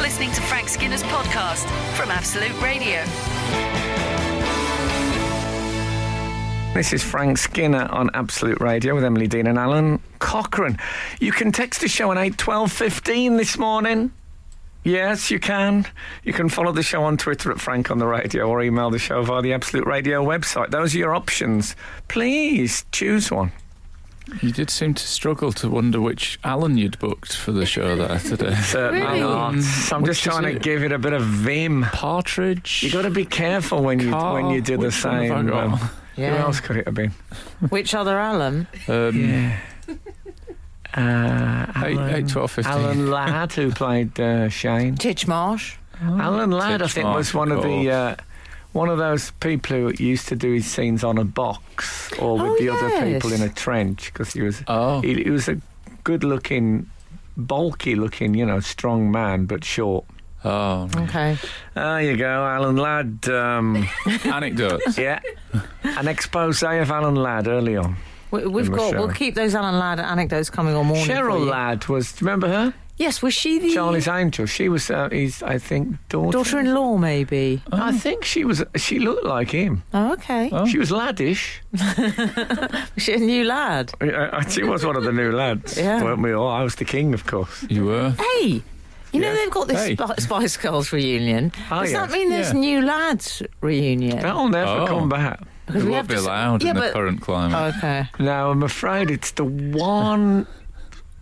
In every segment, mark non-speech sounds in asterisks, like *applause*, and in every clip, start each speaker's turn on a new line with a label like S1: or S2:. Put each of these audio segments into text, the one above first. S1: listening to Frank Skinner's podcast from Absolute Radio.
S2: This is Frank Skinner on Absolute Radio with Emily Dean and Alan Cochrane. You can text the show on 81215 this morning. Yes, you can. You can follow the show on Twitter at Frank on the Radio or email the show via the Absolute Radio website. Those are your options. Please choose one.
S3: You did seem to struggle to wonder which Alan you'd booked for the show
S2: *laughs*
S3: there today.
S2: Certainly
S4: Really?
S2: not. So I'm
S3: Which
S2: just
S3: is
S2: trying to
S3: it?
S2: give it a bit of vim.
S3: Partridge.
S2: You got to be careful when you
S3: Carl,
S2: when you do the
S3: which one have I
S2: same. um,
S3: got?
S2: Who
S4: Yeah.
S2: else could it have been?
S4: *laughs* Which other Alan?
S3: um,
S2: Uh, Alan,
S3: Eight- eight, twelve, fifteen.
S2: Alan Ladd, who played uh, Shane.
S4: Titchmarsh.
S2: Alan Ladd, I
S3: Titch
S2: think,
S3: Marsh,
S2: was one
S3: of
S2: of the
S3: course.
S2: uh, one of those people who used to do his scenes on a box or with
S4: Oh,
S2: the other
S4: yes.
S2: people in a trench because he was
S3: Oh.
S2: he, he was a good-looking, bulky-looking, you know, strong man but short.
S3: Oh.
S4: Okay.
S2: There you go, Alan Ladd. *laughs* Um, *laughs*
S3: Anecdotes.
S2: yeah, an expose of Alan Ladd early on.
S4: We,
S2: In
S4: we've
S2: the
S4: got.
S2: show.
S4: We'll keep those Alan Ladd anecdotes coming all morning. for
S2: Cheryl
S4: you.
S2: Ladd was. do you Remember her?
S4: Yes, was she the
S2: Charlie's Angel. She was. Uh, his, I think daughter.
S4: daughter-in-law? Maybe.
S2: I think she was. She looked like him.
S4: Oh, okay.
S3: Oh.
S2: She was laddish.
S4: She's a new lad.
S2: Yeah, I- she was one of the new lads,
S4: *laughs* Yeah.
S2: weren't we all? I was the king, of course.
S3: You were.
S4: Hey, you
S2: Yeah.
S4: know they've got this
S3: Hey.
S4: Spi- Spice Girls reunion.
S2: Oh,
S4: Does that
S2: yes.
S4: mean there's
S3: Yeah.
S4: new lads reunion?
S2: That'll never
S3: Oh.
S2: come back.
S3: It
S4: we
S3: won't
S4: have
S3: be
S4: to s-
S3: allowed
S4: Yeah,
S3: in the
S4: but- Oh,
S3: current climate.
S2: Uh,
S4: Okay.
S2: No, I'm afraid it's the one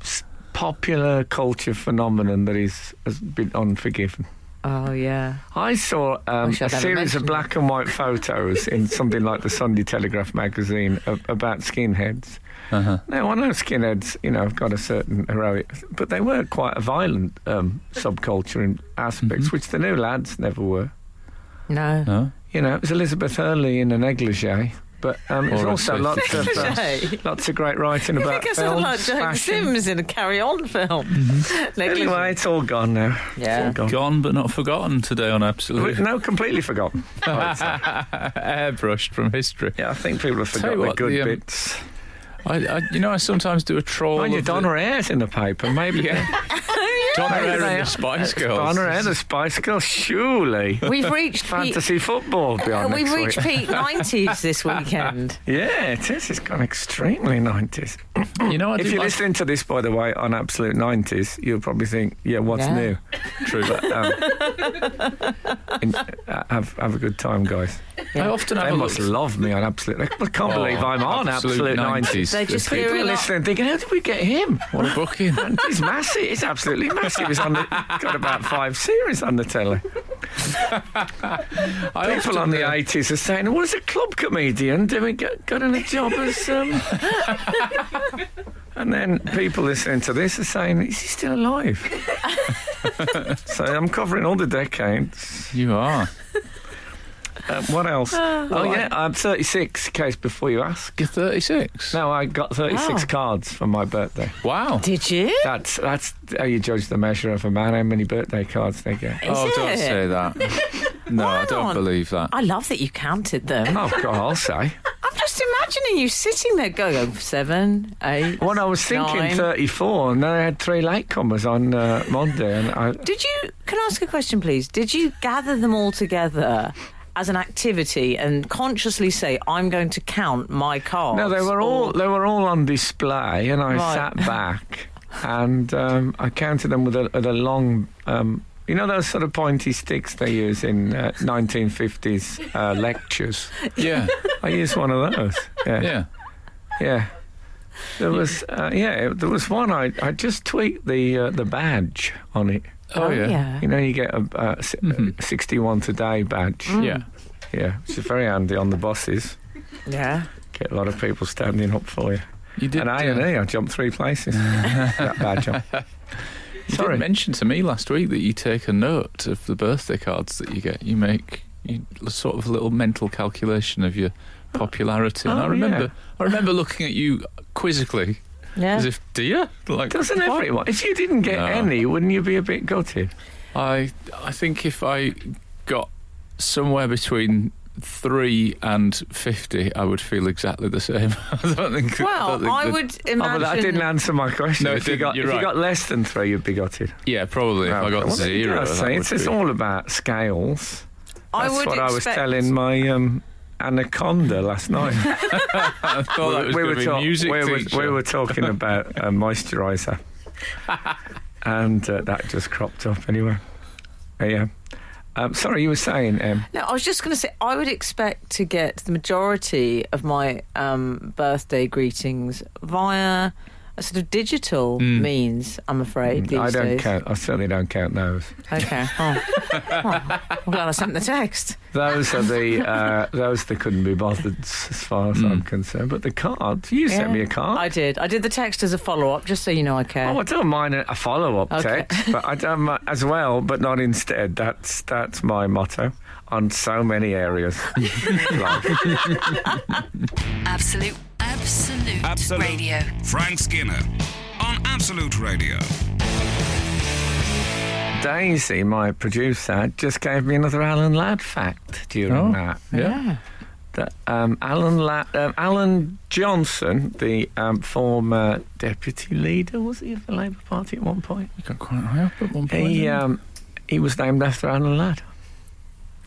S2: s- popular culture phenomenon that is has been unforgiven.
S4: Oh yeah.
S2: I saw um,
S4: Wish
S2: a
S4: I'd never
S2: series of
S4: mentioned
S2: black and white photos in something like the Sunday Telegraph magazine of, about skinheads.
S3: Uh-huh.
S2: Now, I know skinheads, you know, have got a certain heroic, but they were quite a violent um, subculture in aspects, which the new lads never were.
S4: No. *laughs*
S3: No?
S2: You know, it was Elizabeth Hurley in a negligee, but um, it was
S3: Or a
S2: also
S3: Swift.
S2: lots of uh,
S4: Jay. You
S2: lots of great writing about
S4: think I sound
S2: films,
S4: like James
S2: fashion.
S4: Sims in a Carry On film?
S3: Mm-hmm.
S4: *laughs* Negligent.
S2: Anyway, it's all gone now.
S3: *laughs*
S4: Yeah.
S2: It's all gone.
S3: Gone but not forgotten today on Absolute.
S2: No, completely forgotten. I'd say.
S3: Airbrushed from history.
S2: yeah, I think people have
S3: Tell
S2: forgotten
S3: you what,
S2: the good
S3: the, um,
S2: bits.
S3: I, I, you know, I sometimes do a troll.
S2: Mind you,
S3: of the- *laughs*
S2: Donna Air's in the paper. *laughs* Maybe
S3: Donna Hare
S2: They
S3: and
S2: are.
S3: the *laughs* Spice Girls.
S2: Donna Air, the Spice Girls,
S4: *laughs*
S2: surely.
S4: We've reached peak.
S2: Fantasy football
S4: *laughs* uh,
S2: beyond
S4: we've
S2: next
S4: reached
S2: week.
S4: peak
S2: *laughs*
S4: nineties this weekend.
S2: Yeah, it is. It's gone extremely 90s.
S3: You know, I
S2: If
S3: do
S2: you're
S3: like
S2: listening to this, by the way, on Absolute 90s, you'll probably think, yeah, what's
S4: Yeah.
S2: new?
S3: True.
S2: Um,
S3: *laughs*
S2: and, uh, have, have a good time, guys.
S3: I often
S2: They
S3: have a look.
S2: must love me on Absolute. I can't
S3: Oh,
S2: believe I'm on Absolute, 90s.
S4: They just
S3: People
S2: People
S4: We're
S2: are
S4: not-
S2: listening thinking, how did we get him?
S3: What
S2: *laughs*
S3: a booking.
S2: He's massive. He's absolutely massive. He's on the, got about five series on the telly.
S3: I
S2: People
S3: often,
S2: on the
S3: uh,
S2: 80s are saying, well, as a club comedian, doing got, got in a job as. Um... *laughs* and then people listening to this are saying, is he still alive? *laughs* so I'm covering all the decades.
S3: You are.
S2: Um, what else?
S4: Ah.
S2: oh, yeah, I'm 36, in case before you ask.
S3: You're 36.
S2: No, I got 36
S4: Wow.
S2: cards for my birthday.
S3: Wow.
S4: Did you?
S2: That's that's how you judge the measure of a man, how many birthday cards they get.
S3: oh,
S4: Is
S3: don't
S4: it?
S3: say that. No, I don't
S4: on.
S3: believe that.
S4: I love that you counted them.
S2: Oh, God, I'll say.
S4: I'm just imagining you sitting there going oh, seven, eight.
S2: When I was thinking
S4: Nine.
S2: 34, and then I had three latecomers on uh, Monday, and I,
S4: Did you? Can I ask a question, please? Did you gather them all together as an activity and consciously say, "I'm going to count my cards"?
S2: No, they were all
S4: or-
S2: they were all on display, and I
S4: Right.
S2: sat back and um, I counted them with a, with a long. Um, you know those sort of pointy sticks they use in uh, 1950s uh, lectures.
S4: *laughs*
S3: Yeah,
S2: I used one of those. Yeah, yeah.
S3: yeah.
S2: There was uh, yeah, there was one. I, I just tweaked the uh, the badge on it.
S3: Oh, yeah.
S2: You know, you get a, uh s-
S3: Mhm.
S2: 61 today badge.
S3: Yeah.
S2: Yeah, which is very handy on the buses.
S4: Yeah.
S2: Get a lot of people standing up for you.
S3: You did,
S2: And I and
S3: uh,
S2: E, I jumped three *laughs* places. that bad job.
S3: you
S2: Sorry.
S3: did mention to me last week that you take a note of the birthday cards that you get. You make you, l- sort of a little mental calculation of your popularity. and
S2: Oh,
S3: I remember I remember looking at you quizzically
S4: Yeah.
S3: as if, do you? Like,
S2: Doesn't
S3: what?
S2: everyone? If you didn't get
S3: No.
S2: any, wouldn't you be a bit gutted?
S3: I I think if I got somewhere between three and 50, I would feel exactly the same. *laughs* I don't think. I don't
S4: Well,
S3: think
S4: I
S3: that-
S4: would
S2: Oh,
S4: imagine.
S2: but I didn't answer my question.
S3: No, it
S2: if you
S3: didn't,
S2: got
S3: you're
S2: if you
S3: right.
S2: got less than three, you'd be gutted.
S3: Yeah, probably. if I got
S2: Well, there you
S3: zero.
S2: go,
S3: that
S2: so
S3: would
S2: it's, it's
S3: be-
S2: all about scales.
S4: I
S2: That's
S4: would
S2: what I was
S4: expect-
S2: telling my um, anaconda last
S3: *laughs*
S2: night.
S3: I thought that was going to be
S2: talk-
S3: music
S2: we, were,
S3: teacher.
S2: we were talking
S3: *laughs*
S2: about a moisturiser, and uh, that just cropped up anyway. Uh, yeah. Um, sorry, you were saying. Um,
S4: No, I was just going to say I would expect to get the majority of my um, birthday greetings via a sort of digital means. I'm afraid these
S2: Hmm. I don't
S4: days.
S2: count. I certainly don't count those. *laughs*
S4: Okay. Oh. Oh, I'm glad I sent the text.
S2: Those are
S4: *laughs*
S2: the uh, those that couldn't be bothered s- as far as I'm concerned. But the card, you sent
S4: Yeah.
S2: me a card.
S4: I did. I did the text as a follow up, just so you know I care.
S2: Oh, I don't mind a a follow-up
S4: Okay.
S2: text, but I don't mi- as well, but not instead. That's that's my motto on so many areas. of life.
S1: Absolute, absolute,
S5: Absolute.
S1: radio.
S5: Frank Skinner on Absolute Radio.
S2: Daisy, my producer, just gave me another Alan Ladd fact during
S3: Oh,
S2: that.
S3: yeah.
S2: that um, Alan La- um, Alan Johnson, the um, former deputy leader, was he of the Labour Party at one point?
S3: You got quite high up at one point.
S2: He
S3: didn't
S2: um, he was named after Alan Ladd.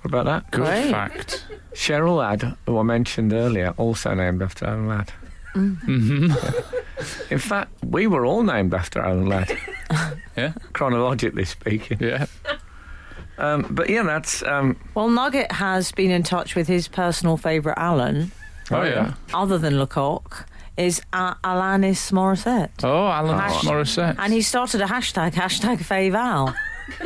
S2: What about that?
S3: you? Good
S4: Great. *laughs*
S3: fact.
S2: Cheryl Ladd, who I mentioned earlier, also named after Alan Ladd. *laughs* In fact, we were all named after Alan Ladd,
S3: Yeah,
S2: chronologically speaking.
S3: yeah.
S2: Um, but yeah, that's um,
S4: Well, Nugget has been in touch with his personal favourite Alan,
S3: Oh,
S2: Oh,
S3: yeah.
S4: other than Lecoq, is uh, Alanis Morissette.
S3: Oh, Alan
S4: Hash-
S3: Morissette.
S4: And he started a hashtag, hashtag Fave Al.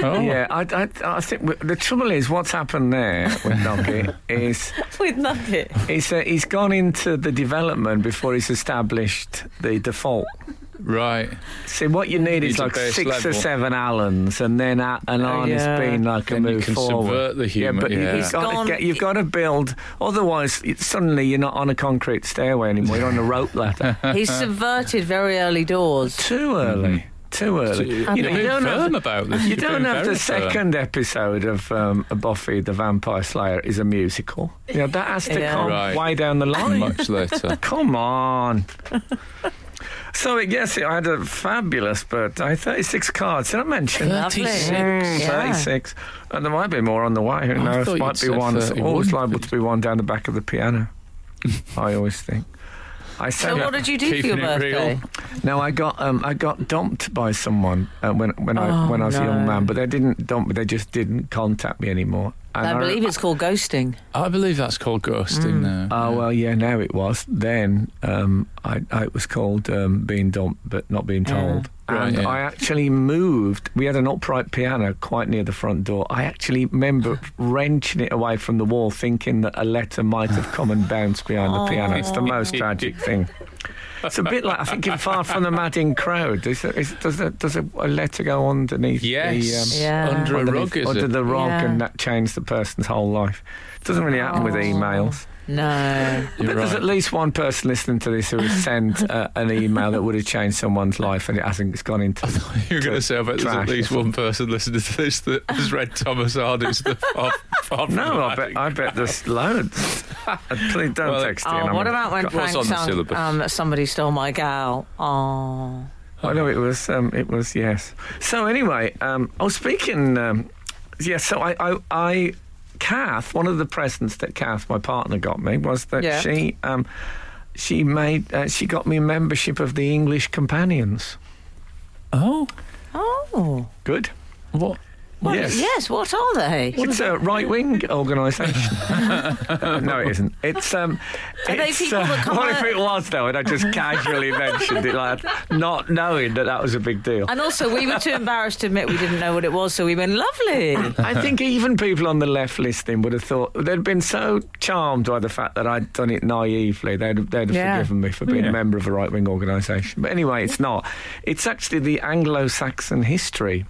S3: oh.
S2: yeah. I, I, I think w the trouble is what's happened there with Noggy is
S4: *laughs* with Nugget.
S2: He's, uh, he's gone into the development before he's established the default.
S3: Right.
S2: See, what you need is
S3: Needs a
S2: like
S3: base
S2: six or
S3: level.
S2: seven Allens, and then a, an
S4: Oh,
S2: Arn
S4: yeah.
S2: has been like a
S3: Then you
S2: move
S3: can
S2: forward.
S3: subvert the human-
S2: yeah, but you-
S3: yeah.
S2: You've, got
S4: Gone-
S2: to get, you've got to build. Otherwise, it, suddenly you're not on a concrete stairway anymore. You're on a rope
S3: *laughs*
S2: ladder.
S4: He subverted very early doors.
S2: Too early. Too early.
S3: Mm-hmm. You, you,
S2: know, you
S3: don't
S2: don't have
S3: firm about this.
S2: You
S3: You're
S2: don't
S3: being
S2: have the
S3: very firm.
S2: second episode of um, Buffy the Vampire Slayer is a musical. You know, that has to
S4: Yeah.
S2: come
S3: Right.
S2: way down the line.
S3: Much later.
S2: Come on. so yes, I had a fabulous birthday. Thirty-six cards. Did I mention?
S4: *laughs* Lovely.
S3: 36.
S2: Mm,
S4: Yeah.
S2: Thirty-six. And there might be more on the way. Who
S3: I
S2: knows?
S3: thought
S2: Might be
S3: you'd said
S2: one. It's
S3: 31,
S2: always liable
S3: but-
S2: to be one down the back of the
S3: *laughs*
S2: piano. I always think. I
S4: So,
S2: said
S4: what did you do
S3: Keeping
S4: for your
S3: it real.
S4: birthday?
S2: no. I got um, I got dumped by someone uh, when when
S4: Oh,
S2: I when I was a young
S4: no.
S2: man, but they didn't dump me. They just didn't contact me anymore. And
S4: I believe it's called ghosting.
S3: I believe that's called ghosting now.
S2: Oh well, yeah. Now it was. Then um, I, I it was called um, being dumped, but not being told.
S3: Right,
S2: and
S3: yeah.
S2: I actually moved. We had an upright piano quite near the front door. I actually
S3: *laughs*
S2: remember wrenching it away from the wall, thinking that a letter might have come and bounced behind the piano. It's the most tragic thing. It's a bit like I think in Far from the Madding Crowd. Is, there- is, does a, does a, a letter go underneath?
S3: Yes.
S2: The, um,
S4: Yeah.
S3: Under a
S2: underneath-
S3: rug, is
S2: under
S3: it?
S2: the rug,
S4: Yeah.
S2: and that changed the person's whole life. Doesn't really happen with
S4: Oh.
S2: emails.
S4: No.
S3: You're
S2: But there's at
S3: right.
S2: least one person listening to this who has sent uh, an email that would have changed someone's life, and it hasn't. It's gone
S4: *laughs*
S2: into.
S3: You were going to say, I bet there's
S2: Trash
S3: at
S2: or
S3: least one person listening to this that has read Thomas Hardy's stuff off. off
S2: No, I bet. I bet
S4: *laughs*
S2: there's loads. Uh, Please don't
S3: Well,
S2: text Ian.
S4: Oh,
S2: I'm
S4: what
S2: a-
S4: about when
S3: What's
S4: Frank
S3: on the
S4: sung,
S3: syllabus?
S4: um, Somebody Stole My Gal? Oh.
S2: Oh no, it was. Um, it was yes. So anyway, um, oh, speaking. Um, yeah, so I, I, I, Kath. One of the presents that Kath, my partner, got me was that
S4: Yeah.
S2: she, um, she made. Uh, she got me a membership of the English Companions.
S3: Oh,
S4: Oh.
S2: Good.
S3: what?
S4: Well,
S2: Yes.
S4: what are they?
S2: it's a right wing
S4: *laughs*
S2: organisation. Uh, no, it isn't. It's um.
S4: Are they
S2: it's, uh,
S4: people that come
S2: what if
S4: out-
S2: it was though, and I just casually mentioned it, like not knowing that that was a big deal.
S4: And also, we
S3: *laughs*
S4: were too embarrassed to admit we didn't know what it was, so we went, lovely.
S2: I think even people on the left listening would have thought they'd been so charmed by the fact that I'd done it naively. They'd, they'd have
S4: Yeah.
S2: forgiven me for being
S3: Yeah.
S2: a member of a right wing organisation. But anyway, it's not. It's actually the Anglo Saxon History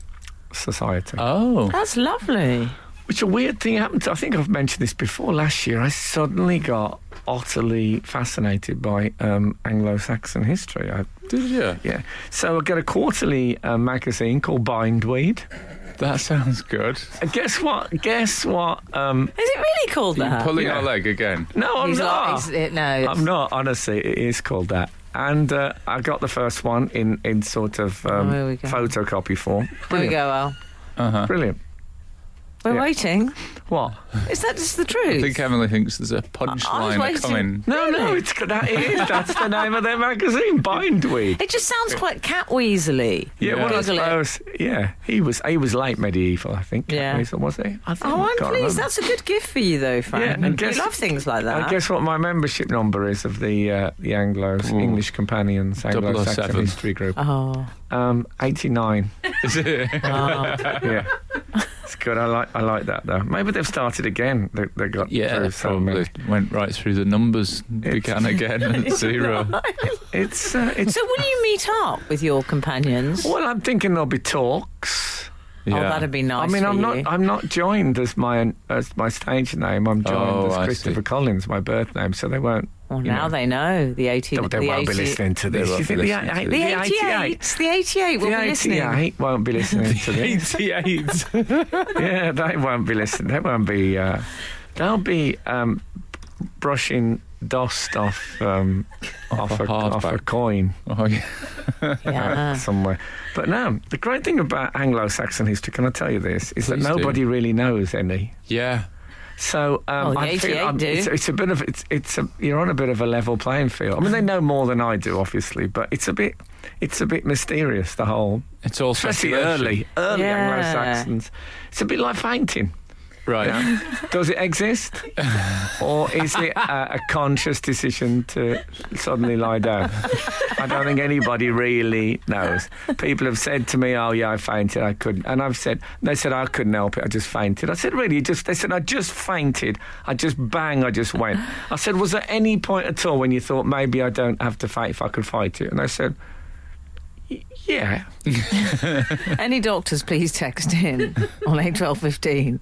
S2: Society.
S3: Oh,
S4: That's lovely.
S2: Which a weird thing happened. To, I think I've mentioned this before. Last year, I suddenly got utterly fascinated by um, Anglo-Saxon history. I,
S3: did you?
S2: um, yeah, so I got a quarterly uh, magazine called Bindweed,
S3: That sounds good.
S2: Guess what? Guess what? Um,
S4: Is it really called
S3: Are you
S4: that?
S3: pulling
S2: Uh, Yeah.
S3: our leg again?
S2: no, I'm
S4: He's
S2: not.
S4: like- he's- it- no, it's-
S2: I'm not. Honestly, it is called that. And uh, I got the first one in in sort of um,
S4: Oh, here we go.
S2: photocopy form.
S4: There we
S2: Brilliant.
S4: go, Al.
S2: Brilliant.
S4: We're
S2: Yeah.
S4: waiting.
S2: What?
S4: Is that just the truth?
S3: I think Emily thinks there's a
S4: I- I
S3: punchline
S2: *laughs*
S4: was
S3: coming.
S2: No, no, it's that it is. That's the name of their magazine, Bindweed.
S4: it just sounds quite Cat Weasley.
S2: Yeah, well, I
S4: Google it.
S2: suppose. Yeah, he was he was late medieval, I think.
S4: Yeah.
S2: Captain Weasel, was he? I think.
S4: Oh,
S2: I
S4: I'm
S2: can't
S4: pleased.
S2: remember.
S4: That's a good gift for you, though,
S2: Yeah,
S4: Frank.
S2: and guess-
S4: you love things like that.
S2: I guess what my membership number is of the uh, the Anglo's
S3: Ooh.
S2: English Companions Anglo Saxon
S3: 007.
S2: History Group.
S4: Oh,
S2: Um, eighty nine.
S3: Is it?
S4: oh. *laughs*
S2: yeah, it's good. I like I like that though. Maybe they've started again. They they got
S3: Yeah,
S2: through
S3: they
S2: so many.
S3: probably went right through the numbers, and
S2: It's- Oh,
S3: began
S2: *laughs*
S3: again at zero.
S2: It's uh, it's.
S4: so will you meet up with your companions?
S2: Well, I'm thinking there'll be talks.
S3: Yeah.
S4: Oh,
S3: *laughs*
S4: that'd be nice.
S2: I mean,
S4: for
S2: I'm
S4: you.
S2: not. I'm not joined as my as my stage name. I'm joined
S3: Oh,
S2: as
S3: I
S2: Christopher
S3: see.
S2: Collins, my birth name. So they won't.
S4: well,
S2: you
S4: now
S2: know.
S4: they know the 18.
S2: They,
S4: the
S2: they won't
S4: 80
S2: be listening to
S3: They
S2: this.
S3: won't
S2: You
S3: be
S2: think the, eight-
S3: listening to
S4: The
S2: the
S4: 88.
S2: 88?
S4: The 88 will
S2: The
S4: be listening.
S2: *laughs* 88 won't be listening to this.
S3: 88.
S2: *laughs* yeah, they won't be listening. They won't be. Uh, they'll be um, brushing dust off um, off,
S3: a
S2: a, off a
S3: hardback.
S2: coin
S3: oh, yeah.
S2: uh,
S4: Yeah.
S2: somewhere. But no, the great thing about Anglo-Saxon history, can I tell you this, is
S3: Please
S2: that
S3: do.
S2: nobody really knows any.
S3: yeah.
S2: So um,
S4: Oh, the
S2: I feel
S4: 88
S2: I'm-
S4: do.
S2: It's, it's a bit of it's it's a, you're on a bit of a level playing field. I mean, they know more than I do, obviously, but it's a bit it's a bit mysterious the whole,
S3: It's all
S2: especially
S3: speculation.
S2: early early
S4: Yeah.
S2: Anglo Saxons. It's a bit like fainting.
S3: Right.
S2: you know? Does it exist, or is it a, a conscious decision to suddenly lie down? I don't think anybody really knows. People have said to me, "Oh yeah, I fainted. I couldn't," and I've said, "They said I couldn't help it. I just fainted." I said, "Really? You just?" They said, "I just fainted. I just bang. I just went." I said, "Was there any point at all when you thought maybe I don't have to fight if I could fight it?" And they said. "Y- Yeah,
S4: Any doctors, please text
S2: *laughs*
S4: in on eight twelve fifteen.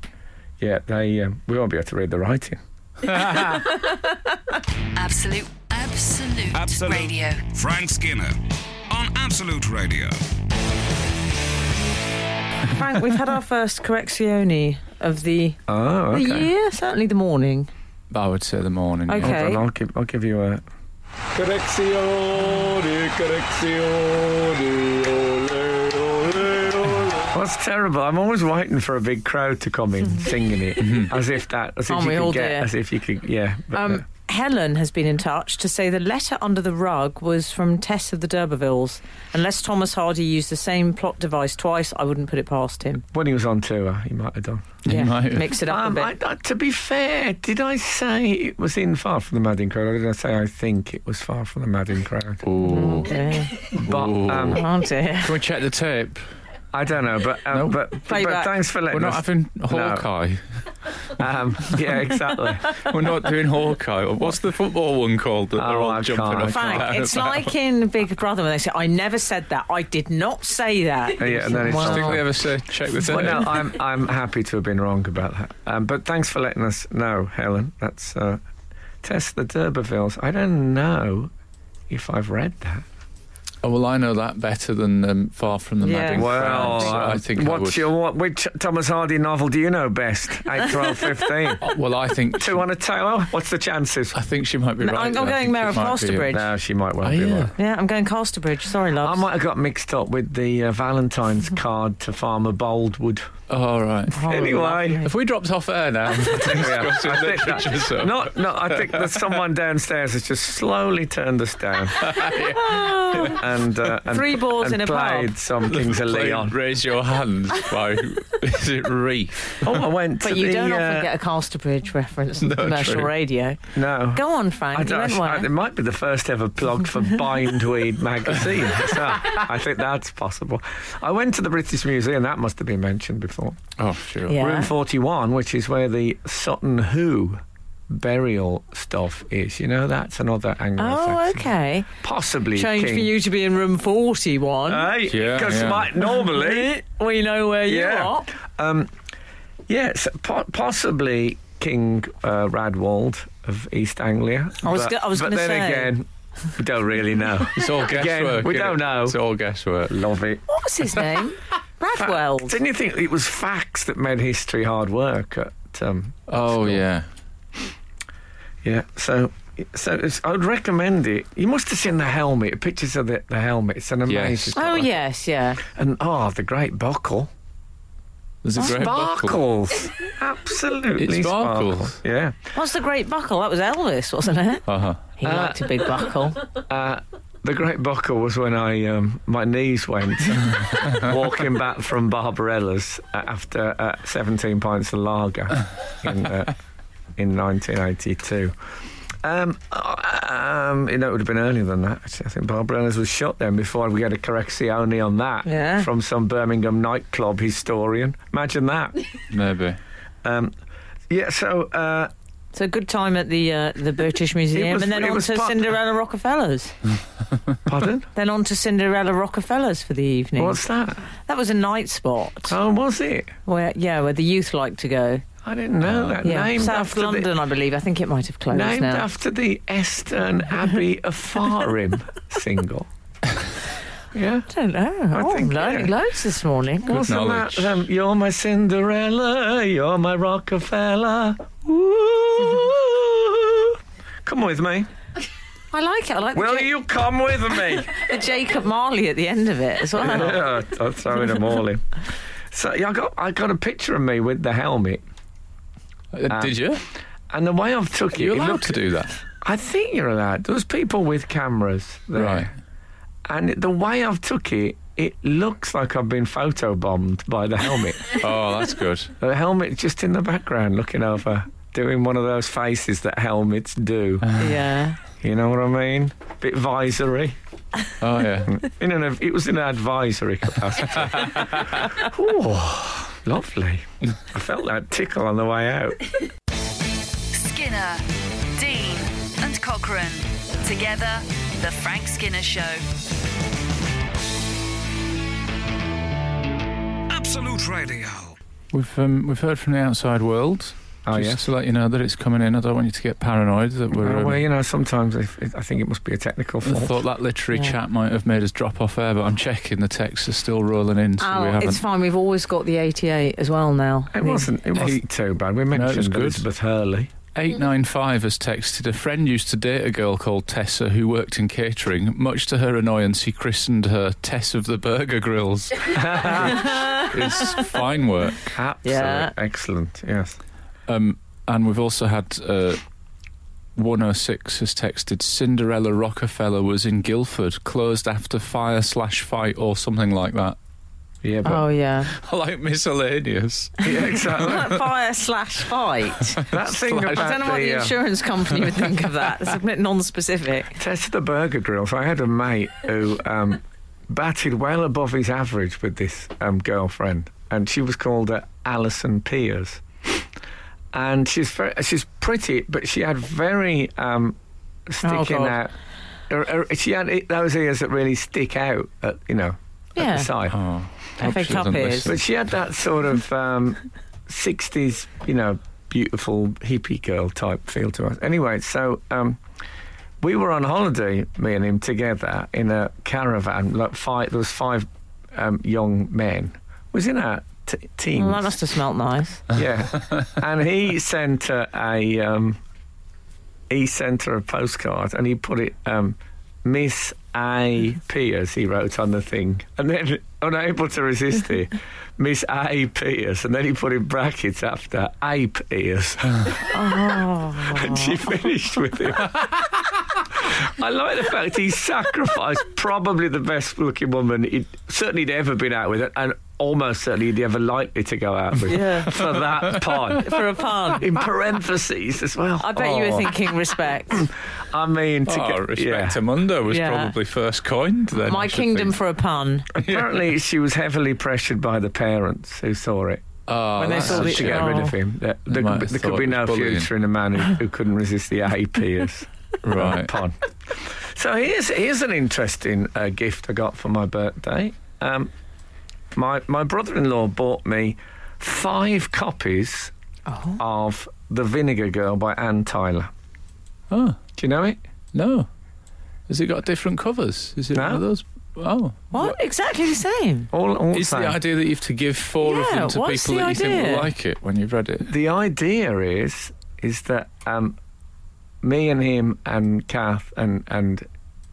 S2: yeah. They um, we won't be able to read the writing.
S1: Absolute, absolute,
S5: Absolute.
S1: radio.
S5: Frank Skinner on Absolute Radio.
S4: Frank, we've had our first correzione of the,
S2: Oh, okay.
S4: the year, certainly the morning.
S3: I would say the morning. yeah.
S4: Okay.
S2: Hold on, I'll give, I'll give you a. Well, it's terrible. I'm always waiting for a big crowd to come
S4: *laughs*
S2: in singing it, as if that, as if
S4: Mm-hmm. Aren't
S2: you
S4: we
S2: could
S4: all,
S2: get,
S4: dear?
S2: as if you could, yeah. But, uh,
S4: Um, Helen has been in touch to say the letter under the rug was from Tess of the D'Urbervilles. Unless Thomas Hardy used the same plot device twice, I wouldn't put it past him.
S2: when he was on tour, he might have done.
S3: *laughs* You
S4: Yeah,
S3: might-
S4: mix it up
S2: Um,
S4: a
S2: I,
S4: bit.
S2: I, to be fair, did I say it was in Far from the Madding Crowd? Or did I say I think it was Far from the Madding Crowd?
S3: Ooh.
S4: Yeah.
S2: But um,
S4: Oh dear.
S3: Can we check the tape?
S2: I don't know. But um,
S3: Nope.
S2: but, but
S4: Playback.
S2: thanks for
S3: We're
S2: letting
S3: not
S2: us.
S3: having Hawkeye.
S4: *laughs*
S2: um, yeah, exactly.
S3: *laughs* We're not doing Hawkeye. What's the football one called that they're
S2: Oh,
S3: all
S2: I
S3: jumping
S2: can't.
S3: up?
S4: Frank,
S3: and
S4: it's
S3: down *laughs*
S4: like in Big Brother when they say, I never said that. I did not say that.
S2: Yeah, and then it's
S3: about?
S2: just
S3: Do you think
S4: Wow.
S3: they ever say check the
S2: *laughs*
S3: tape?
S2: Well, no,
S3: *laughs*
S2: I'm I'm happy to have been wrong about that. Um, but thanks for letting us know, Helen. That's uh, Tess the D'Urbervilles. I don't know if I've read that.
S3: Oh, well, I know that better than um, Far From the
S4: Yeah.
S3: Madding Crowd, so
S2: uh,
S3: I think I
S2: what's
S3: would.
S2: your what, which Thomas Hardy novel do you know
S3: *laughs*
S2: best? Eight, twelve, fifteen.
S3: Oh, well, I
S2: *laughs*
S3: think
S2: Two on a tail. What's the chances?
S3: I think she might be
S4: No,
S3: right.
S4: I'm-
S3: there.
S4: I'm
S3: I
S4: going
S3: think
S4: Mare
S3: it
S4: of
S3: might be-
S4: Casterbridge.
S2: No, she might well
S3: Oh,
S2: be.
S3: yeah.
S2: right.
S4: Yeah, I'm going Casterbridge. Sorry,
S2: I
S4: love.
S2: might have got mixed up with the uh,
S3: *laughs*
S2: Valentine's card to Farmer Boldwood.
S3: All right.
S2: anyway.
S3: Have we dropped off air now?
S2: Yeah, I think that-
S3: Just so-
S2: No, no, I think that someone downstairs has just slowly turned us
S3: *laughs*
S2: down. and,
S4: *laughs*
S2: uh, and
S4: Three balls
S2: and
S4: in a
S2: played
S4: pub.
S2: some Kings of
S3: Play *laughs*
S2: Leon.
S3: Raise your hands. By is it Reef?
S2: Oh, I went to
S4: But you
S2: the,
S4: don't often
S2: uh,
S4: get a Casterbridge reference on commercial
S3: true.
S4: radio.
S2: no.
S4: Go on, Frank.
S2: I
S4: you
S2: don't,
S4: went
S2: I,
S4: where?
S2: it might be the first ever plug
S4: *laughs*
S2: for Bindweed magazine. So I think that's possible. I went to the British Museum. That must have been mentioned before.
S3: Oh, sure.
S4: Yeah.
S2: Room 41, which is where the Sutton Hoo burial stuff is. You know, that's another Anglo-Saxon.
S4: Oh, okay.
S2: Possibly
S4: Change
S2: king. Uh,
S4: for you to be in room 41.
S2: Hey,
S3: Yeah,
S2: because
S3: yeah.
S4: *laughs*
S2: normally,
S4: we know where you
S2: Yeah.
S4: are.
S2: um, yes, po- possibly King uh, Radwald of East Anglia.
S4: I was
S2: but,
S4: go- I was
S2: but
S4: gonna
S2: then
S4: say.
S2: again, we
S4: *laughs*
S2: don't really know.
S3: It's all guesswork.
S2: we
S3: isn't
S2: don't
S3: it?
S2: know.
S3: It's all guesswork.
S2: Love it. *laughs*
S4: What was his name? Bradwell.
S2: Didn't you think it was facts that made history hard work? At, um,
S3: Oh yeah.
S2: yeah, so so it's, I would recommend it. You must have seen the helmet, pictures of the, the helmet. It's an amazing.
S4: Oh yes, yeah.
S2: And oh, the great buckle.
S3: There's a great buckle.
S4: *laughs*
S2: Sparkles. Absolutely
S3: It sparkles.
S2: sparkles. Yeah.
S4: What's the great buckle? That was Elvis,
S2: *laughs*
S4: wasn't it?
S3: Uh-huh.
S4: He liked a big buckle.
S2: Uh, the great buckle was when I um, my knees went walking back from Barbarella's uh, after uh, 17 pints of lager in uh, in 1982. Um, um, you know, it would have been earlier than that. Actually. I think Barbarella's was shut then before we get a correzione on that
S4: Yeah.
S2: from some Birmingham nightclub historian. Imagine that.
S3: Maybe.
S2: Um, yeah, so uh,
S4: So good time at the uh,
S2: *laughs*
S4: the British Museum,
S2: was-
S4: and then
S2: it
S4: on
S2: was
S4: to
S2: pop-
S4: Cinderella Rockefellers.
S2: pardon?
S4: then on to Cinderella Rockefellers for the evening.
S2: What's that?
S4: That was a night spot
S2: Oh, was it?
S4: where yeah, where the youth like to go.
S2: I didn't know that.
S4: Uh, Yeah,
S2: Named
S4: South
S2: after
S4: London, I believe. I think it might have
S2: the
S4: closed
S2: named
S4: now.
S2: after the Estern Abbey of Farim single. Yeah.
S4: I don't know.
S2: I
S4: oh,
S2: think,
S4: I'm learning
S2: yeah.
S4: loads this morning.
S2: Wasn't
S3: knowledge.
S2: that um, you're my Cinderella, you're my Rockefeller. Ooh. Come with me.
S4: I like it. I like the,
S2: Will
S4: Ja-
S2: you come with me?
S4: the Jacob Marley at the end of it as well.
S2: yeah, I'm throwing them all in. So yeah, I got I got a picture of me with the helmet. Ah.
S3: Uh, Did you?
S2: And the way I've took it,
S3: You're
S2: it
S3: allowed
S2: looked-
S3: to do that,
S2: I think you're allowed. There was people with cameras there.
S3: right?
S2: And the way I've took it, it looks like I've been photobombed by the helmet.
S3: *laughs* Oh, that's good.
S2: the helmet just in the background, looking over, doing one of those faces that helmets do.
S3: Uh.
S4: Yeah.
S2: You know what I mean? Bit visory.
S3: Oh yeah.
S2: In an, it was in an advisory
S3: *laughs*
S2: capacity. Ooh, lovely. I felt that tickle on the way out.
S1: Skinner, Dean, and Cochrane. Together, The Frank Skinner Show.
S5: Absolute Radio.
S3: We've um, we've heard from the outside world.
S2: Oh,
S3: just
S2: yes.
S3: to let you know that it's coming in. I don't want you to get paranoid that we're.
S2: Uh,
S3: um,
S2: well, you know, sometimes if, I think it must be a technical
S3: I
S2: fault.
S3: thought that literary
S4: Yeah.
S3: chat might have made us drop off air, but I'm checking the texts are still rolling in, so
S4: Oh,
S3: we haven't.
S4: it's fine. We've always got the 88 as well now.
S2: It wasn't. It wasn't too bad. We mentioned
S3: was good.
S2: Elizabeth Hurley.
S3: 895 has texted a friend used to date a girl called Tessa who worked in catering. Much to her annoyance, he christened her Tess of the Burger
S4: *laughs*
S3: Grills. it's fine work.
S2: Absolutely
S4: Yeah.
S2: excellent. Yes.
S3: Um, and we've also had uh, 106 has texted Cinderella Rockefeller was in Guildford, closed after fire slash fight or something like that.
S2: Yeah, but *laughs*
S4: Oh, yeah.
S3: *laughs* like
S4: *laughs*
S3: miscellaneous.
S2: Yeah, exactly.
S4: Fire
S2: *laughs*
S4: slash fight.
S2: that thing
S3: Slash-
S2: about
S4: I don't know what the
S2: uh,
S4: insurance company would think of that. It's a bit non-specific.
S2: Test the burger grill. So I had a mate who um, batted well above his average with this um, girlfriend, and she was called uh, Alison Piers. And she's very, she's pretty, but she had very um, sticking
S4: Oh, God.
S2: out. Her, her- she had it- those ears that really stick out, at, you know, at
S4: Yeah.
S2: the side.
S3: Oh,
S4: FA
S3: hope she
S4: Cup
S3: doesn't
S4: is.
S3: listen.
S2: But she had that sort of um, 60s, you know, beautiful hippie girl type feel to us. Anyway, so um, we were on holiday, me and him together, in a caravan. Like five, there was five um, young men. Was in our t- teens.
S4: Well, that must have smelt nice.
S2: *laughs* Yeah, and he sent her a um, he sent her a postcard, and he put it um, Miss A Pierce. He wrote on the thing, and then unable to resist
S4: *laughs*
S2: it, Miss A Pierce, and then he put in brackets after Ape Ears,
S4: *laughs* Oh,
S2: and she finished with
S4: *laughs*
S2: it. I like the fact he sacrificed probably the best looking woman he'd certainly he'd ever been out with, and almost certainly he'd ever likely to go out with
S4: yeah.
S2: for
S3: *laughs*
S2: that pun
S4: For a pun.
S2: in parentheses as well.
S4: I bet you were
S2: Oh, *laughs*
S4: thinking respect.
S2: I mean, to
S3: Oh,
S2: get, yeah.
S3: *laughs* Respectamundo was
S4: Yeah.
S3: probably first coined then. I
S4: My
S3: should
S4: kingdom
S3: think.
S4: for a pun.
S2: Apparently, she was heavily pressured by the parents who saw it
S3: Oh,
S4: When they
S3: that's
S4: saw
S3: a
S4: the-
S2: to
S3: shame.
S2: get rid of
S4: Oh.
S2: him. There,
S3: They
S2: there
S3: might
S2: could, be,
S3: have
S2: there could
S3: thought
S2: be
S3: it was
S2: no
S3: bullying.
S2: future in a man who, who couldn't resist the APs
S3: *laughs*
S4: Oh.
S3: Right.
S2: pun. So here's here's an interesting uh, gift I got for my birthday. Um, my my brother-in-law bought me five copies
S4: Oh.
S2: of The Vinegar Girl by Ann Tyler.
S3: Oh,
S2: Do you know it?
S3: no. Has it got different covers? Is it
S2: No.
S3: one of those? Oh.
S4: What? Exactly the same.
S2: All, all
S3: It's
S2: same.
S3: the idea that you have to give four of
S4: Yeah,
S3: them to
S4: what's
S3: people
S4: the
S3: that you think
S4: idea?
S3: will like it when you've read it.
S2: the idea is is that um, me and him and Kath and and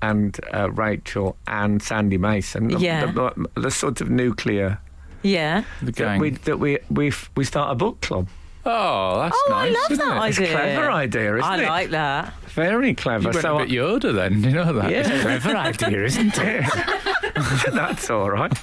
S2: and uh, Rachel and Sandy Mason, the,
S4: Yeah.
S2: the, the sort of nuclear
S4: Yeah.
S3: The
S2: that
S3: gang.
S2: we that we we f- we start a book club.
S3: Oh, that's
S4: Oh,
S3: nice.
S4: I love
S3: isn't
S4: that
S3: it?
S2: It's
S4: idea.
S2: a clever idea, isn't
S4: I
S2: it?
S4: like that.
S2: Very
S3: You
S2: clever.
S3: went a bit Yoda then, *laughs* you know
S2: *laughs*
S3: that?
S2: yeah, clever idea, isn't it? *laughs* That's all right.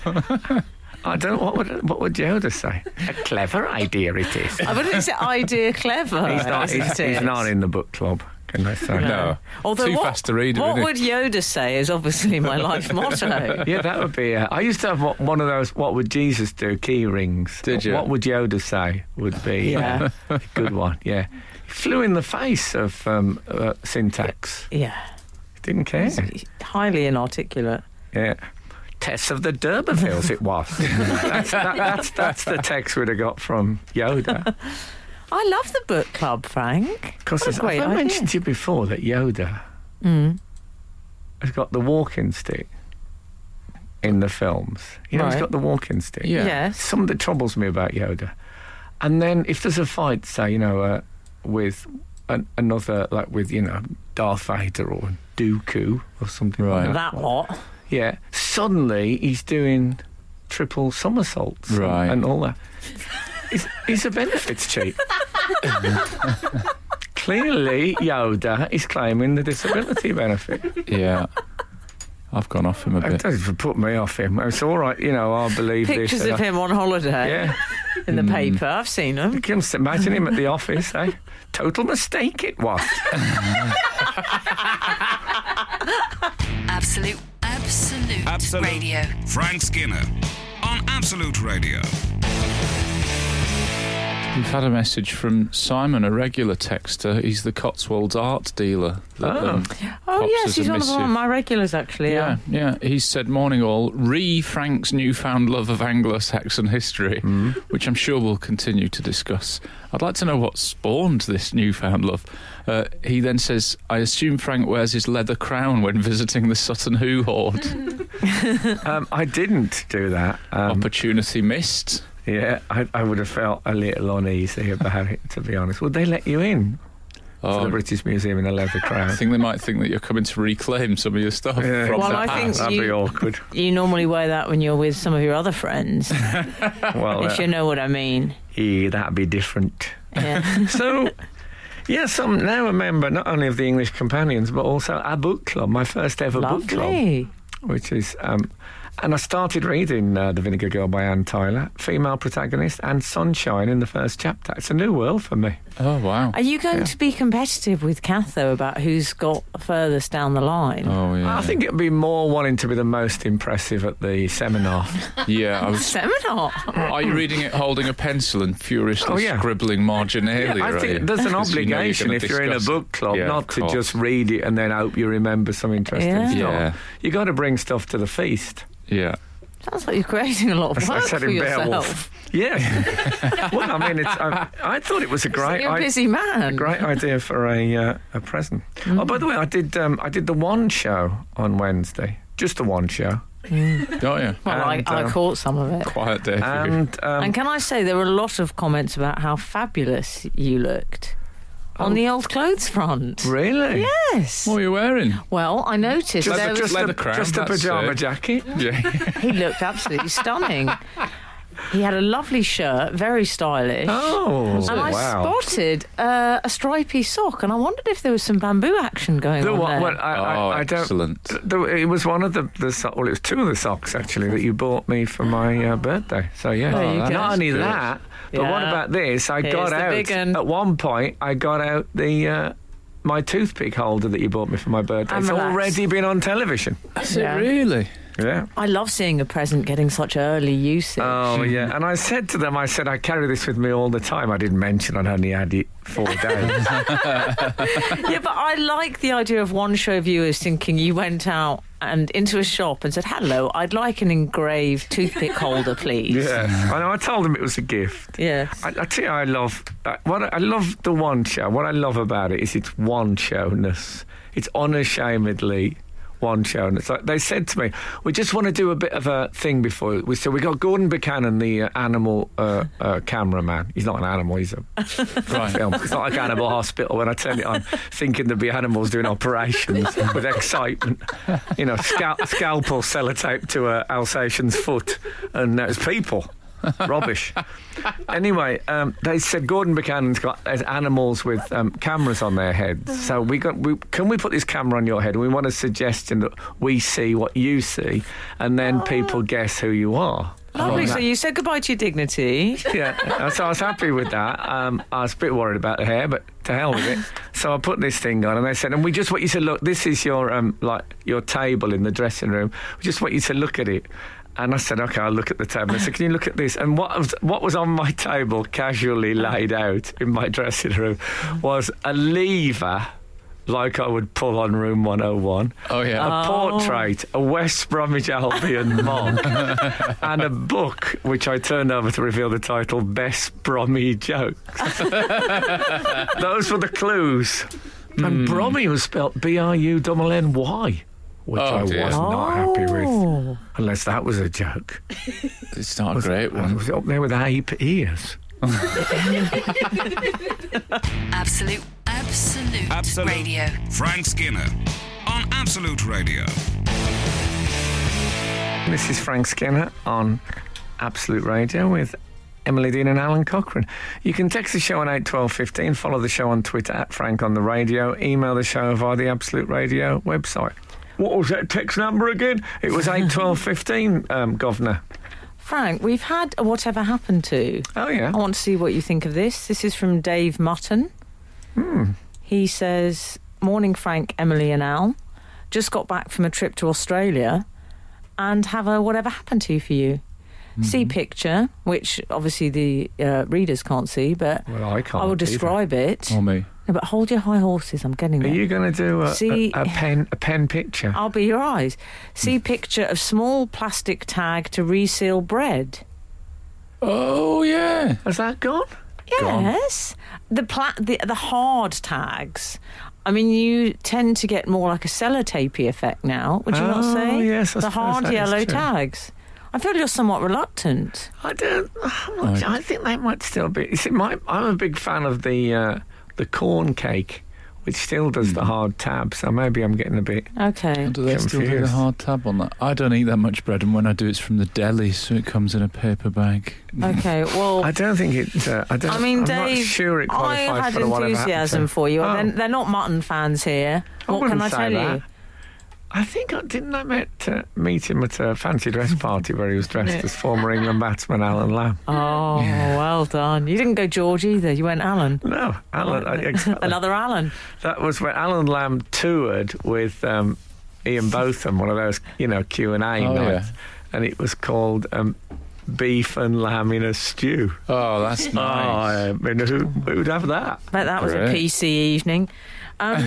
S2: I don't. What would what would Yoda say? A clever idea it is.
S4: *laughs* I wouldn't say idea clever.
S2: He's not.
S4: isn't
S2: He's,
S4: it?
S2: he's not in the book club. Can I say?
S3: No.
S4: Although
S3: Too
S4: what,
S3: fast to read,
S4: What
S3: isn't it?
S4: would Yoda say is obviously
S3: *laughs*
S4: my life motto.
S2: Yeah, that would be. Uh, I used to have one- one of those. What would Jesus do? Key rings.
S3: Did you?
S2: What would Yoda say? Would be
S4: Yeah.
S2: uh, a good one. Yeah, he flew in the face of um, uh, syntax.
S4: Yeah.
S2: Didn't care.
S4: Highly inarticulate.
S2: Yeah. Tess of the D'Urbervilles, it
S4: *laughs*
S2: was. that's, that, that's, that's the text we'd have got from
S4: *laughs*
S2: Yoda.
S4: I love the book club, Frank.
S2: Because
S4: What a
S2: I
S4: great idea.
S2: mentioned to you before that Yoda
S4: Mm.
S2: has got the walking stick in the films. You know, he's
S4: Right.
S2: got the walking stick.
S3: Yeah.
S4: Yes.
S2: Something that troubles me about Yoda. And then if there's a fight, say, you know, uh, with an, another, like with, you know, Darth Vader or Dooku or something like
S3: Right.
S2: that.
S4: That what?
S2: Yeah. Suddenly he's doing triple somersaults and-
S3: Right.
S2: and all that. Is, is the benefits
S4: *laughs*
S2: cheap? Clearly, Yoda is claiming the disability benefit.
S3: Yeah. I've gone off him a
S2: It
S3: bit.
S2: doesn't put me off him. It's all right, you know, I believe
S4: Pictures
S2: this. and
S4: of
S2: I-
S4: him on holiday
S2: Yeah.
S4: in
S3: Mm.
S4: the paper. I've seen them.
S2: You can s- imagine him at the office, eh? Total mistake it was.
S1: Absolute, absolute,
S5: Absolute.
S1: radio.
S5: Frank Skinner on Absolute Radio.
S3: We've had a message from Simon, a regular texter. He's the Cotswolds art dealer. that,
S2: Oh.
S3: um,
S4: Oh,
S3: pops
S4: yes,
S3: as a
S4: he's one of
S3: missive.
S4: my regulars, actually. Uh,
S3: Yeah, yeah. He said, "Morning all." Re Frank's newfound love of Anglo-Saxon history,
S2: Mm-hmm.
S3: which I'm sure we'll continue to discuss. I'd like to know what spawned this newfound love. Uh, he then says, "I assume Frank wears his leather crown when visiting the Sutton Hoo hoard.
S2: *laughs* Um, I didn't do that. Um,
S3: Opportunity missed."
S2: yeah, I, I would have felt a little uneasy about it, to be honest. Would they let you in to the
S3: Oh,
S2: British Museum in a leather
S3: I
S2: crown?
S3: think they might think that you're coming to reclaim some of your stuff.
S2: Yeah.
S3: *laughs* From
S4: Well,
S3: the
S4: I
S3: past.
S4: think-
S2: That'd be
S4: you-
S2: awkward.
S4: You normally wear that when you're with some of your
S3: *laughs*
S4: other friends, *laughs*
S2: Well,
S4: if you know what I mean.
S2: eh, that'd be different.
S4: Yeah.
S2: So, yes, I'm now a member not only of the English Companions, but also a book club, my first ever book club,
S4: Lovely.
S2: which is. Um, and I started reading uh, The Vinegar Girl by Anne Tyler, female protagonist, and sunshine in the first chapter. It's a new world for me.
S3: Oh wow.
S4: Are you going to be competitive with Kath, though, about who's got furthest down the line?
S3: Oh yeah.
S2: I think it'd be more wanting to be the most impressive at the
S3: *laughs*
S2: seminar.
S3: yeah. I was
S4: Seminar.
S3: Are you reading it holding a pencil and furiously
S2: Oh, yeah.
S3: scribbling marginalia?
S2: I
S3: are you?
S2: think there's an
S3: *laughs* 'Cause you know you're
S2: obligation
S3: gonna
S2: if you're in a
S3: discuss
S2: book club
S3: Yeah,
S2: not
S3: of
S2: to
S3: course.
S2: just read it and then hope you remember some interesting
S4: Yeah.
S2: stuff.
S3: Yeah.
S2: You got to bring stuff to the feast.
S3: it. Yeah.
S4: Sounds like you're creating a lot of
S2: As I
S4: work
S2: said
S4: for
S2: in
S4: yourself.
S2: Beowulf. *laughs* Yeah.
S3: *laughs*
S2: well, I mean, it's, I, I thought it was a great,
S4: You're a
S2: I-
S4: busy
S3: *laughs*
S4: man.
S2: great idea for a uh, a present. Oh,
S3: Mm.
S2: by the way, I did um, I did the one show on Wednesday, just the one show,
S3: Oh yeah.
S4: Well,
S2: and,
S4: I, I
S2: um,
S4: caught some of it.
S3: Quiet day for you.
S2: and um,
S4: and can I say there were a lot of comments about how fabulous you looked
S2: Oh.
S4: on the old clothes front?
S2: really,
S4: Yes.
S3: What are you wearing?
S4: Well, I noticed
S2: just,
S4: there was,
S2: just, a-
S3: leather crown,
S2: just a
S3: that's
S2: pajama
S3: it.
S2: jacket.
S3: Yeah.
S4: he looked absolutely stunning. He had a lovely shirt, very stylish.
S2: Oh,
S4: and I
S2: wow.
S4: spotted uh, a stripy sock, and I wondered if there was some bamboo action going
S2: The
S4: on
S2: one-
S4: there.
S2: well, I, I-
S3: oh,
S2: I don't.
S3: excellent.
S2: the- it was one of the, the so- well, it was two of the socks actually that you bought me for my uh, birthday. So yeah,
S4: There you
S2: not
S4: go.
S2: only
S3: Oh, Good.
S2: that, but what
S4: Yeah.
S2: about this? I
S4: Here's
S2: got
S4: the
S2: out
S4: big un.
S2: at one point. I got out the uh, my toothpick holder that you bought me for my birthday.
S4: And
S2: it's
S4: relax.
S2: already been on television.
S3: Is
S4: Yeah.
S3: it really?
S2: Yeah.
S4: I love seeing a present getting such early usage.
S2: Oh
S4: *laughs*
S2: yeah, and I said to them, I said I carry this with me all the time. I didn't mention I'd only had it four
S3: *laughs*
S2: days.
S4: yeah, but I like the idea of one show viewers thinking you went out and into a shop and said, "Hello, I'd like an engraved toothpick holder, please."
S2: yeah, I know. I told them it was a gift.
S4: Yes.
S2: I, I tell you, I love uh, what I- I love the one show. What I love about it is its one showness. It's unashamedly one show, and it's like they said to me, "We just want to do a bit of a thing before." We so we got Gordon Buchanan, the uh, animal uh, uh, cameraman. He's not an animal; he's a
S3: Right.
S2: film. It's not like Animal Hospital when I turn it on, thinking there'd be animals doing
S4: *laughs*
S2: operations with excitement. You know, scal- a scalpel sellotape to an Alsatian's foot, and uh, it's people. Rubbish. Anyway, um, they said Gordon Buchanan's got there's animals with um, cameras on their heads.
S4: Mm-hmm.
S2: So we got. We, can we put this camera on your head? We want a suggestion that we see what you see, and then people guess who you are.
S4: Oh. Lovely.
S2: From
S4: So
S2: that-
S4: you said goodbye to your dignity.
S2: *laughs* yeah, so I was happy with that. Um, I was a bit worried about the hair, but to hell with it. So I put this thing on, and they said, "And we just want you to look. This is your um, like your table in the dressing room. We just want you to look at it." And I said, "Okay, I'll look at the table." I said, "Can you look at this?" And what was, what was on my *laughs* table, casually laid out in my dressing room, was a lever. Like I would pull on room 101.
S3: Oh, yeah.
S2: A portrait, a West Bromwich
S3: *laughs*
S2: Albion monk, and a book which I turned over to reveal the title Best Brommy Jokes.
S3: *laughs*
S2: Those were the clues. And
S3: Hmm.
S2: Brommy was spelt B R U N N Y, which
S3: Oh,
S2: I
S3: dear.
S2: was not happy with.
S4: Oh.
S2: Unless that was a joke.
S3: It's not a great
S2: I *laughs*
S3: one.
S2: was up there with ape ears.
S1: Absolute, absolute,
S5: Absolute.
S1: radio.
S5: Frank Skinner on Absolute Radio.
S2: This is Frank Skinner on Absolute Radio with Emily Dean and Alan Cochrane. You can text the show on 81215, follow the show on Twitter at Frank on the Radio, email the show via the Absolute Radio website. What was that text number again? It was 81215, um, Governor.
S4: Frank, we've had a whatever happened to.
S2: Oh, yeah.
S4: I want to see what you think of this. This is from Dave Mutton.
S2: Hmm.
S4: He says, Morning, Frank, Emily, and Al. Just got back from a trip to Australia and have a whatever happened to for you.
S2: Mm-hmm.
S4: See picture, which obviously the uh, readers can't see, but
S2: Well, I can't.
S4: I will
S2: either.
S4: describe it.
S3: Or Oh, me.
S4: No, but hold your high horses, I'm getting
S2: Are
S4: there.
S2: you going to do a,
S4: See-
S2: a, a pen a pen picture?
S4: I'll be your eyes. See
S2: Mm.
S4: picture of small plastic tag to reseal bread.
S3: Oh, yeah.
S2: Has that gone?
S3: Gone.
S4: Yes, the pla- the the hard tags. I mean, you tend to get more like a sellotapey effect now, would you not
S2: Oh,
S4: say?
S2: yes, I
S4: the
S2: suppose
S4: hard
S2: that is
S4: yellow
S2: true.
S4: tags. I feel you're somewhat reluctant.
S2: I don't. I think they might still be. You see, my, I'm a big fan of the uh, the corn cake, which still does the hard tab. So maybe I'm getting a bit.
S4: Okay.
S3: Do they still do the
S2: Confused.
S3: hard tab on that? I don't eat that much bread, and when I do, it's from the deli, so it comes in a paper bag.
S4: Okay. Well,
S2: I don't think it. Uh, I don't.
S4: I mean,
S2: am
S4: Dave,
S2: not sure it
S4: I
S2: qualifies
S4: had
S2: for the whatever happened
S4: enthusiasm
S2: to.
S4: for you.
S2: Oh,
S4: They're, they're not mutton fans here.
S2: I
S4: what can
S2: wouldn't
S4: I
S2: say
S4: tell
S2: that.
S4: you?
S2: I think I didn't. I met uh, meet him at a fancy dress party where he was dressed as former England batsman Alan Lamb.
S4: Oh, well done. You didn't go George either. You went
S2: *laughs*
S4: Alan.
S2: No, Alan.
S4: *laughs*
S2: I- exactly.
S4: Another Alan.
S2: That was when Alan Lamb toured with um, Ian Botham, one of those you know Q and A
S3: Oh,
S2: nights,
S3: yeah.
S2: and it was called um, Beef and Lamb in a Stew.
S3: Oh, that's *laughs* nice.
S2: Oh, I mean, who who would have that?
S4: Bet that was
S3: Great.
S4: a PC evening.
S3: *laughs*
S4: Um,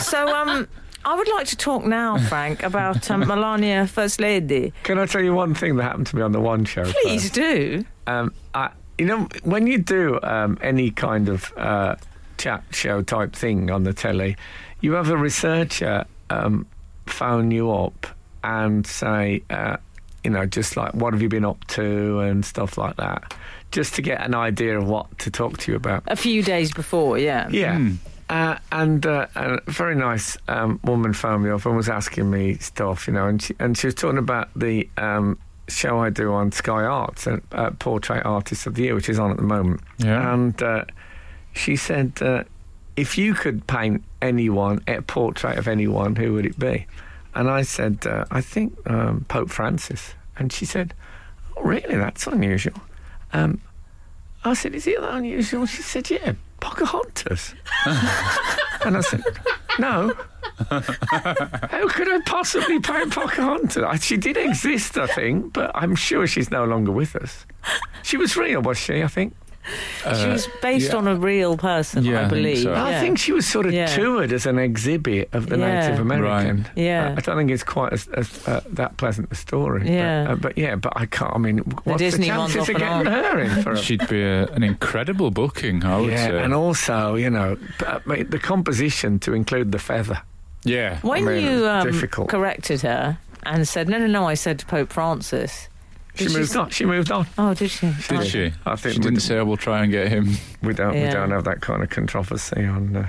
S4: so, um, I would like to talk now, Frank, about um, Melania First Lady. Uh,
S2: Can I tell you one thing that happened to me on the one show?
S4: Please
S2: first?
S4: do.
S2: Um, I, you know, when you do um, any kind of uh, chat show type thing on the telly, you have a researcher um, phone you up and say, uh, you know, just like, what have you been up to and stuff like that, just to get an idea of what to talk to you about.
S4: A few days before, yeah.
S2: Yeah. Uh, and uh, a very nice um, woman phoned me up and was asking me stuff, you know, and she, and she was talking about the um, show I do on Sky Arts, uh, uh, Portrait Artist of the Year, which is on at the moment.
S3: Yeah.
S2: And uh, she said, uh, if you could paint anyone, a portrait of anyone, who would it be? And I said, uh, I think um, Pope Francis. And she said, oh, really? That's unusual. Um, I said, Is it that unusual? She said, Yeah, Pocahontas. and I said, No. How could I possibly paint Pocahontas? I- She did exist, I think, but I'm sure she's no longer with us. She was real, was she? I think.
S4: she
S3: Uh,
S4: was based
S3: yeah.
S4: on a real person,
S3: Yeah, I
S4: I
S3: think
S4: believe.
S3: so.
S2: I
S4: yeah.
S2: think she was sort of
S4: Yeah.
S2: toured as an exhibit of the
S4: Yeah.
S2: Native American.
S3: Right.
S4: Yeah.
S2: I, I don't think it's quite as, as uh, that pleasant a story.
S4: Yeah.
S2: But, uh, but yeah, but I can't. I mean, what's the,
S4: Disney one's
S2: chances
S4: off
S2: of
S4: and
S2: getting
S4: on.
S2: her in
S4: *laughs*
S2: for a
S3: She'd be a, an incredible booking, I would
S2: yeah,
S3: say.
S2: and also, you know, p- uh, mate, the composition to include the feather.
S3: Yeah.
S4: When
S2: I mean,
S4: you um,
S2: difficult.
S4: corrected her and said, no, no, no, I said to Pope Francis.
S2: She
S4: Did she
S2: moved
S4: say-
S2: on. She moved on.
S4: Oh, did she?
S3: Did
S4: Oh,
S3: she?
S2: I think
S3: she
S2: we
S3: didn't
S2: did-
S3: say, I will try and get him. *laughs*
S2: We don't. We
S4: Yeah.
S2: don't have that kind of controversy on uh,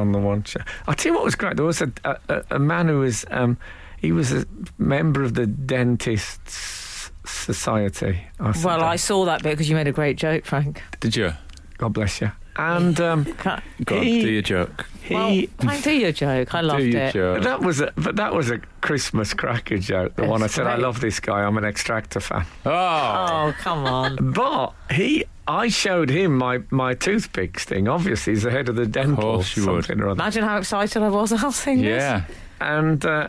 S2: on the one show. I tell you what was great. There was a a, a- a man who was um, he was a member of the Dentists Society. I think.
S4: Well, I saw that bit because you made a great joke, Frank.
S3: Did you?
S2: God bless you. And
S4: *laughs*
S2: um,
S4: Can't-
S3: Go on,
S2: He-
S3: do your joke.
S2: he.
S4: Well, Frank, do your joke. I loved
S3: do your
S4: it.
S3: joke.
S2: that was a, but that was a Christmas cracker joke. The one I
S4: That's
S2: said, I
S4: great.
S2: love this guy. I'm an Extractor fan.
S3: Oh.
S4: Oh, come on.
S2: But he, I showed him my my toothpicks thing. Obviously, he's the head of the dental
S3: course you would.
S2: something or other.
S4: Imagine how excited I was *laughs* I was seeing this.
S3: Yeah.
S2: and uh,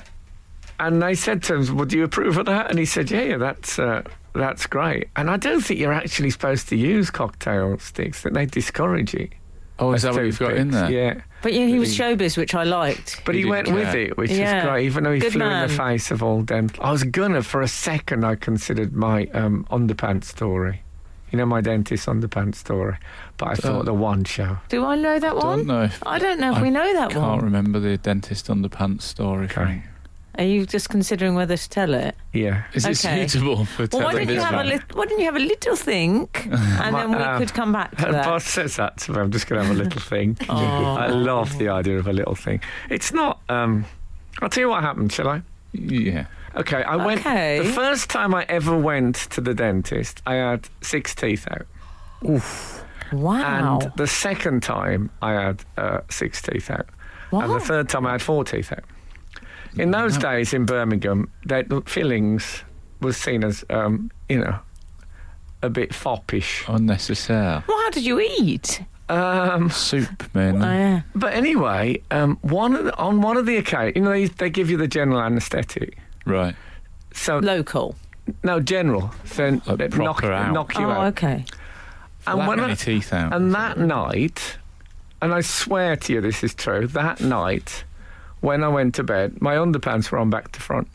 S2: and they said to him, "Well, do you approve of that?" And he said, "Yeah, yeah that's uh, that's great." And I don't think you're actually supposed to use cocktail sticks; that they discourage it.
S3: Oh, is that what you've got in there?
S2: Yeah,
S4: But yeah, he was showbiz, which I liked.
S2: but
S3: He
S2: he,
S3: didn't
S2: went with
S3: care.
S2: it, which
S4: Yeah.
S2: is great. Even though he
S4: Good
S2: flew in
S4: man.
S2: the face of all dental, I was gonna for a second. I considered my um, underpants story. You know my dentist underpants story, but I thought
S3: Oh.
S2: the one show.
S4: Do I know that one?
S3: Don't know. if-
S4: I don't know if
S3: I
S4: we know that
S3: Can't
S4: one.
S3: remember the dentist underpants story.
S2: Okay.
S4: Are you just considering whether to tell it?
S2: Yeah.
S3: Is it
S4: Okay.
S3: suitable for
S4: Well, why
S3: telling
S4: don't you
S3: this Uh,
S4: have a
S3: one?
S4: li- why don't you have a
S3: *laughs*
S4: little think, and then we
S2: Um,
S4: could come back to
S2: Her boss
S4: that.
S2: says that to me. I'm just going to have a
S4: *laughs*
S2: little thing.
S4: Aw.
S2: I love the idea of a little thing. It's not. Um, I'll tell you what happened, shall I?
S3: Yeah.
S2: Okay, I went.
S4: Okay.
S2: The first time I ever went to the dentist, I had six teeth out.
S4: Wow.
S2: And the second time, I had uh, six teeth out. And the
S4: Wow.
S2: third time, I had four teeth out. In those days in Birmingham, that fillings was seen as, um, you know, a bit foppish.
S4: *laughs*
S3: Unnecessary.
S4: Well, how did you eat?
S3: Hmm.
S2: Um,
S3: Soup, man.
S4: Oh, yeah.
S2: But anyway, um, one of the, on one of the occasions, you know, they, they give you the general anaesthetic.
S3: Right.
S2: So
S4: Local.
S2: no, general. So
S3: Like
S2: they knock,
S3: proper out.
S2: knock you
S4: Oh,
S2: out.
S4: okay.
S2: And
S3: that
S2: when
S3: many
S2: I-
S3: teeth out.
S2: And that night, and I swear to you, this is true. That night, when I went to bed, my underpants were on back to front.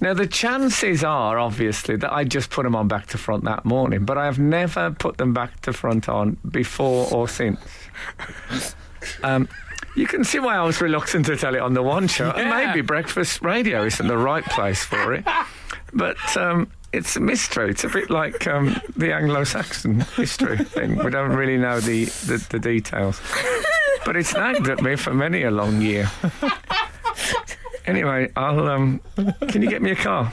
S2: Now the chances are, obviously, that I just put them on back to front that morning, but I have never put them back to front on before or since. Um, you can see why I was reluctant to tell it on the one show, and
S3: Yeah.
S2: maybe breakfast radio isn't the right place for it. But um, it's a mystery. It's a bit like um, the Anglo-Saxon history thing. We don't really know the, the, the details. But it's nagged at me for many a long year. Anyway, I'll. Um, can you get me a car?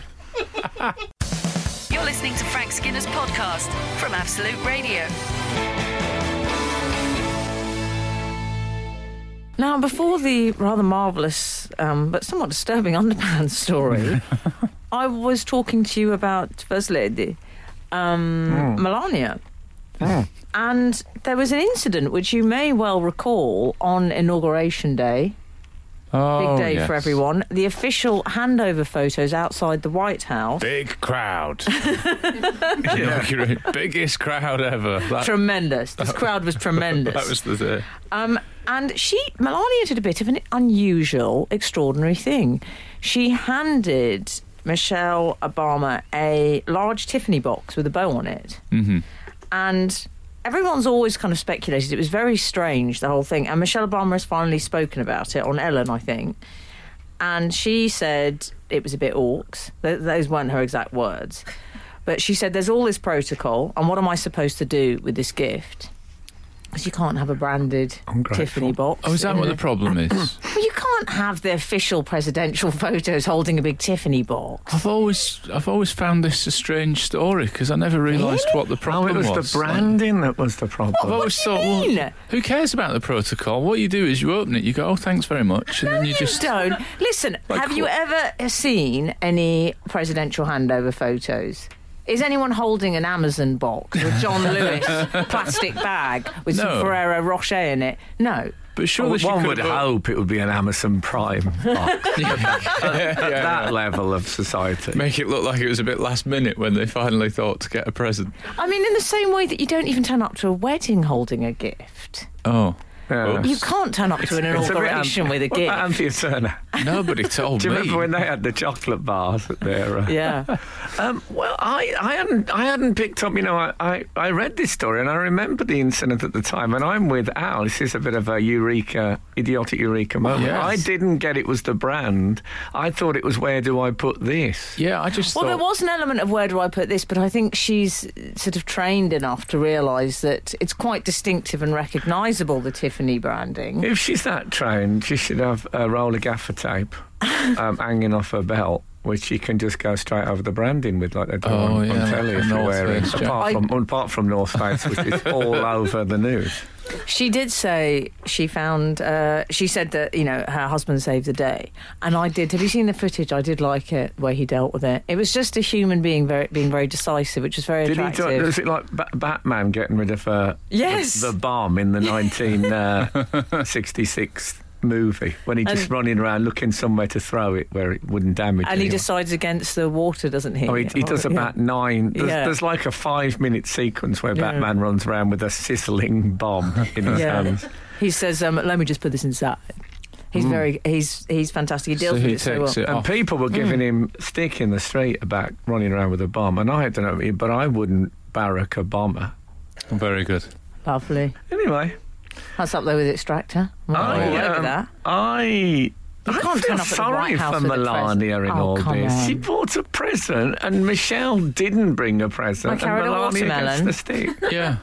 S1: You're listening to Frank Skinner's podcast from Absolute Radio.
S4: Now, before the rather marvellous um, but somewhat disturbing *laughs* underpants
S3: *laughs*
S4: story, I was talking to you about First Lady um,
S3: Hmm.
S4: Melania. And there was an incident which you may well recall on Inauguration Day, big
S3: oh,
S4: day for
S3: yes.
S4: everyone. The official handover photos outside the White
S3: *laughs*
S4: House.
S3: Big
S4: *laughs*
S3: crowd. Inaugurate- Biggest crowd ever. That,
S4: Tremendous. This crowd was tremendous.
S3: *laughs* that was the day.
S4: Um, and she, Melania, did a bit of an unusual, extraordinary thing. She handed Michelle Obama a large Tiffany box with a bow on it.
S3: Mm-hmm.
S4: And everyone's always kind of speculated. It was very strange, the whole thing. And Michelle Obama has finally spoken about it on Ellen, I think. And she said it was a bit orcs. Th- those weren't her exact words. But she said, There's all this protocol, and what am I supposed to do with this gift? Because you can't have a branded
S2: Ungrateful.
S4: Tiffany box.
S3: Oh, is that
S4: in
S3: what
S4: a-
S3: the problem is?
S4: Well, you can't have the official presidential *laughs* photos holding a big Tiffany box.
S3: I've always, I've always found this a strange story because I never realised what the
S2: Oh,
S3: problem
S2: it was the branding that was the
S3: I've
S2: problem.
S3: always thought, uh, well,
S4: mean?
S3: who cares about the protocol? What you do is you open it, you go, oh, thanks very much, and then you,
S4: You
S3: just
S4: don't. Listen,
S3: *laughs* Like
S4: have you
S3: what?
S4: ever seen any presidential handover photos? Is anyone holding an Amazon box or
S3: *laughs*
S4: John Lewis plastic bag with some
S3: No.
S4: Ferrero Rocher in it? No.
S3: But surely she
S2: one
S3: could
S2: would
S3: have-
S2: hope it would be an Amazon Prime box. At that level of society.
S3: make it look like it was a bit last minute when they finally thought to get a present.
S4: I mean, in the same way that you don't even turn up to a wedding holding a gift.
S3: Oh,
S2: Yeah.
S4: You can't turn up to an
S2: It's a bit
S4: inauguration
S2: An-
S3: *laughs*
S4: with a
S2: What
S4: gig.
S2: about Anthea Turner.
S4: *laughs*
S3: Nobody told
S2: Do you
S3: me.
S2: remember when they had the chocolate bars at their? Uh,
S3: *laughs*
S4: Yeah.
S2: Um, well, I, I hadn't I hadn't picked up. You know, I, I, I read this story and I remember the incident at the time. And I'm with Al. This is a bit of a eureka, idiotic eureka moment.
S3: Yes.
S2: I didn't get it was the brand. I thought it was where do I put this?
S3: yeah, I just
S4: Well,
S3: thought.
S4: there was an element of where do I put this, but I think she's uh, sort of trained enough to realise that it's quite distinctive and recognisable, the Tiffany branding.
S2: If she's that trained, she should have a roll of gaffer
S3: *laughs*
S2: tape um, hanging off her belt. Which she can just go straight over the branding with, like they do
S3: Oh,
S2: on,
S3: yeah,
S2: on telly
S3: like
S2: if
S3: a
S2: you're
S3: North
S2: wearing.
S3: Face
S2: Apart
S4: jacket.
S2: from, apart from North Face, which
S3: *laughs*
S2: is all over the news.
S4: She did say she found, uh, she said that, you know, her husband saved the day. And I did. Have you seen the footage? I did like it, where he dealt with it. It was just a human being very, being very decisive, which was very
S2: Did he
S4: attractive.
S2: do, was it like ba- Batman getting rid of uh,
S4: Yes.
S2: the, the bomb
S4: *laughs*
S2: in the 1966 movie when he just
S4: And-
S2: running around looking somewhere to throw it where it wouldn't damage
S4: and he
S2: anyone.
S4: decides against the water, doesn't he?
S2: Oh, he, he does
S4: Oh, yeah.
S2: about nine. There's,
S4: Yeah.
S2: there's like a five minute sequence where
S4: Yeah.
S2: Batman runs around with a sizzling bomb in his
S4: Yeah.
S2: hands.
S4: He says, um, "Let me just put this inside." He's
S2: Hmm.
S4: very he's he's fantastic. He
S3: so
S4: deals
S3: he
S4: with it
S3: takes
S4: so well.
S3: it
S2: And
S3: off.
S2: people were giving
S4: Hmm.
S2: him stick in the street about running around with a bomb. And I don't know, but I wouldn't barrack a bomber.
S3: Very good.
S4: Lovely.
S2: Anyway.
S4: That's up there with extractor. I'm all
S2: I,
S4: over
S2: um,
S4: that.
S2: I. I
S4: can't
S2: feel
S4: turn up at the
S2: sorry
S4: White House
S2: for
S4: with a dress.
S2: Melania in
S4: Oh,
S2: all
S4: come
S2: this. She
S4: on.
S2: bought a present, and Michelle didn't bring a present.
S4: I carried a
S2: and Melania
S4: watermelon.
S2: gets the
S4: *laughs*
S2: stick.
S3: Yeah.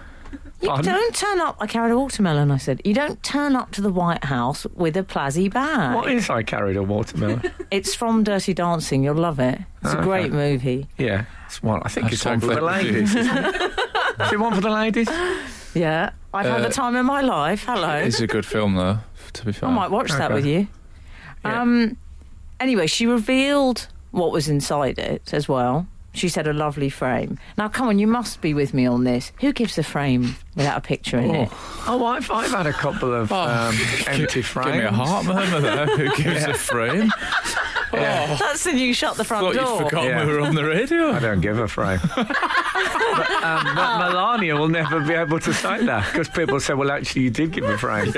S4: You
S2: Pardon?
S4: don't turn up. I carried a watermelon. I said, "You don't turn up to the White House with a plasy bag."
S2: what is I carried a
S4: *laughs*
S2: watermelon?
S4: It's from Dirty Dancing. You'll love it. It's a
S2: Ah, Okay.
S4: great movie.
S2: yeah, it's one. I think
S3: That's
S2: it's one for
S3: one
S2: the
S3: for you.
S2: ladies. isn't
S4: *laughs*
S2: it? is it one for the ladies?
S4: Yeah, I've had
S3: Uh,
S4: the time of my life. Hello.
S3: It's a good film, though, to be fair.
S4: I might watch that
S2: Okay.
S4: with you.
S2: Yeah.
S4: Um, anyway, she revealed what was inside it as well. She said a lovely frame. Now, come on, you must be with me on this. Who gives a frame without a picture in it?
S2: Oh, I've, I've had a couple of
S3: Oh. *laughs*
S2: um, empty
S3: Give
S2: frames.
S3: me a heart
S2: *laughs*
S3: murmur there. Who gives a frame?
S2: Yeah.
S4: That's the new shut the front
S3: Thought
S4: door.
S3: you
S4: *laughs*
S3: forgot
S2: Yeah.
S3: we were on the radio.
S2: I don't give a frame. *laughs* but, um, but
S4: Ah.
S2: Melania will never be able to say that because people say, well, actually, you did give a frame.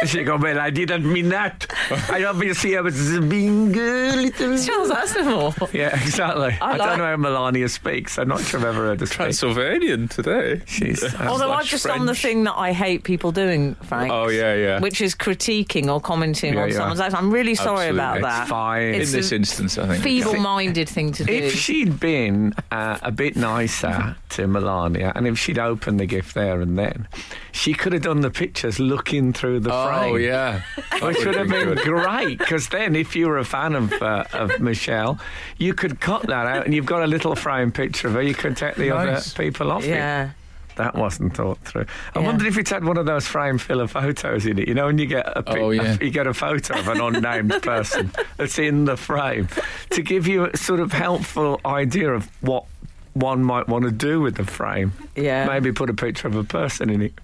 S2: *laughs* she go, well, I didn't mean that. I obviously I was being a little.
S4: Charles Aznavour.
S2: Yeah, exactly. I,
S4: like-
S2: don't know how Melania speaks. I'm not sure I've ever heard her speak.
S3: Transylvanian today.
S2: She's, um,
S4: Although
S3: Slash
S4: I've just done the
S3: French.
S4: thing that I hate people doing, Frank.
S3: Oh, yeah, yeah.
S4: Which is critiquing or commenting
S2: Yeah,
S4: on
S2: yeah.
S4: someone's accent. I'm really sorry
S3: Absolutely.
S4: about
S3: It's
S4: that.
S2: it's fine.
S4: It's
S3: In this
S4: a
S3: instance, I think.
S4: Feeble-minded thing to do.
S2: If she'd been uh, a bit nicer to Melania, and if she'd opened the gift there and then, she could have done the pictures looking through the frame.
S3: Oh, yeah. That
S2: Which would have been
S3: good.
S2: great because then, if you were a fan of uh, of Michelle, you could cut that out, and you've got a little frame picture of her. You could take the
S3: Nice.
S2: other people off it.
S4: yeah.
S2: That wasn't thought through. I
S4: Yeah.
S2: wondered if it had one of those frame filler photos in it. You know, when you get a, pic-
S3: Oh, yeah.
S2: you get a photo of an
S4: *laughs*
S2: unnamed person that's in the frame to give you a sort of helpful idea of what one might want to do with the frame.
S4: Yeah.
S2: Maybe put a picture of a person in it.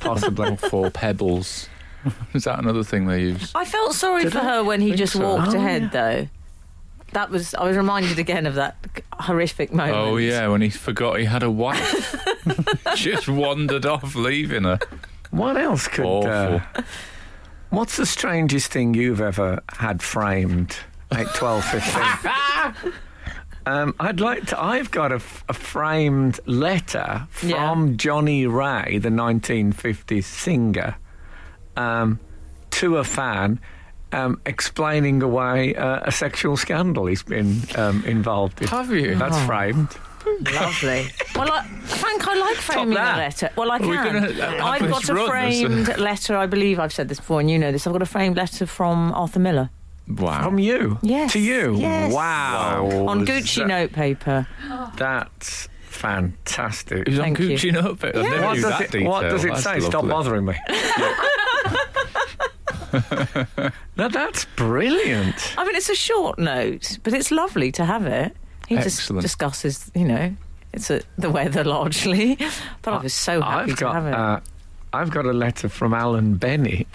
S2: Possibly.
S3: *laughs* Four pebbles. Is that another thing they use?
S4: I felt sorry for her when he
S3: think
S4: just
S3: so.
S4: walked
S2: Oh,
S4: ahead,
S2: yeah.
S4: though. That was I was reminded again of that horrific moment.
S3: Oh yeah, when he forgot he had a wife, just wandered off, leaving her.
S2: What else could? Uh,
S3: Awful.
S2: What's the strangest thing you've ever had framed at 12,
S4: *laughs*
S2: 15? um, I'd like to. I've got a, f- a framed letter
S4: Yeah.
S2: from Johnny Ray, the 1950s singer, um, to a fan. Um, explaining away uh, a sexual scandal he's been um, involved in.
S3: Have you?
S2: That's
S4: Oh.
S2: framed.
S4: lovely. well, I, Frank, I like framing a
S2: that.
S4: letter. Well, I
S3: we
S4: can.
S3: gonna, uh, have
S4: I've
S3: this
S4: got a
S3: run?
S2: *laughs*
S4: framed letter. I believe I've said this before, and you know this. I've got a framed letter from Arthur Miller
S3: Wow.
S2: From you?
S4: Yes,
S2: To you?
S4: yes.
S2: Wow.
S4: on Gucci
S2: That-
S4: notepaper.
S2: That's fantastic.
S3: He was on
S4: Thank you.
S3: Gucci you. Notebook. I never
S2: What
S3: knew
S2: does,
S3: that
S2: it,
S3: detail.
S2: what does it
S3: That's
S2: say? Stop
S3: lovely.
S2: bothering me. now that's brilliant.
S4: I mean, it's a short note, but it's lovely to have it. He just
S3: Excellent.
S4: discusses, you know, it's a, the weather largely. *laughs* But I was so happy
S2: I've
S4: to
S2: got,
S4: have it.
S2: uh, I've got a letter from Alan Bennett.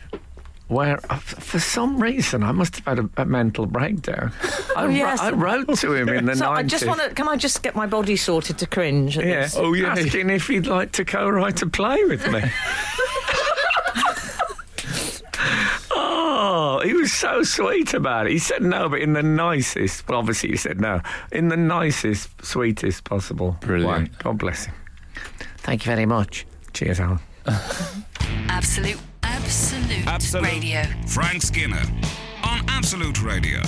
S2: Where, uh, for some reason, I must have had a, a mental breakdown. I,
S4: *laughs* Oh,
S2: wro-
S4: yes.
S2: I wrote to him in the
S4: *laughs* so
S2: 90s.
S4: I just want to. Can I just get my body sorted to cringe? At
S2: yeah,
S4: This?
S3: Oh, yeah.
S2: *laughs* asking if he'd like to co-write a play with me. Oh, He was so sweet about it. He said no, but in the nicest. Well, obviously he said no. In the nicest, sweetest possible.
S3: Brilliant.
S2: Way. God bless him. Thank you very much. Cheers, Alan.
S1: Absolute, absolute,
S5: Absolute.
S1: radio.
S5: Frank Skinner on Absolute Radio.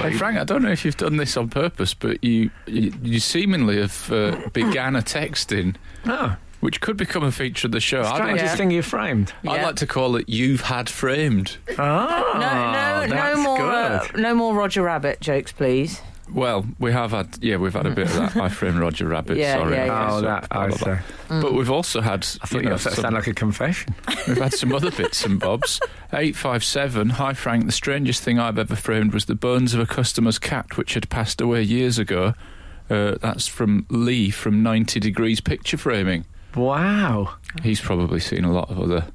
S3: Hey, Frank, I don't know if you've done this on purpose, but you you, you seemingly have uh, began a texting,
S2: Oh,
S3: which could become a feature of the show. I'd like,
S2: strangest
S4: Yeah.
S2: thing you framed.
S3: I'd
S4: Yeah.
S3: like to call it "You've Had Framed."
S2: Oh,
S3: Ah,
S4: no, no,
S2: that's
S4: no more, uh,
S2: Good.
S4: no more Roger Rabbit jokes, please.
S3: Well, we have had yeah, we've had a bit of
S4: *laughs*
S3: that. My friend Roger Rabbit,
S4: Yeah,
S3: sorry,
S4: yeah, yeah.
S2: Oh,
S3: So,
S2: that
S3: blah,
S2: I
S3: blah, blah.
S2: say.
S3: But we've also had
S2: I thought
S3: you know,
S2: that
S3: some-
S2: sounded like a confession.
S3: We've had
S2: *laughs*
S3: some other bits and bobs. 857, hi Frank, the strangest thing I've ever framed was the bones of a customer's cat which had passed away years ago. Uh, that's from Lee from 90 Degrees Picture Framing.
S2: Wow.
S3: He's probably seen a lot of other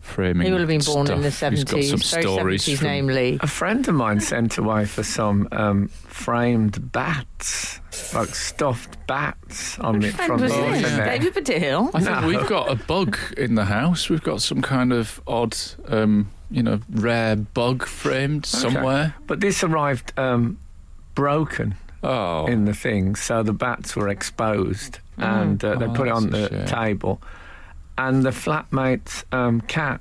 S3: framing
S4: Oh. He will have been born in the
S3: stuff. He's got
S4: seventies,
S3: some
S4: very
S3: stories *laughs*
S4: seventies,
S3: from-
S4: namely.
S2: A friend of mine sent away for some um, framed bats, like stuffed bats on the
S4: Friend
S2: front
S4: was
S2: door.
S4: this?
S3: isn't
S2: there.
S4: David Baddiel.
S3: *laughs* I think
S2: No.
S3: we've got a bug in the house. We've got some kind of odd, um, you know, rare bug framed somewhere.
S2: But this arrived um, broken
S3: Oh,
S2: in the thing, so the bats were exposed, and uh, they
S3: Oh,
S2: put it on the
S3: that's a shame.
S2: table. And the flatmate's um, cat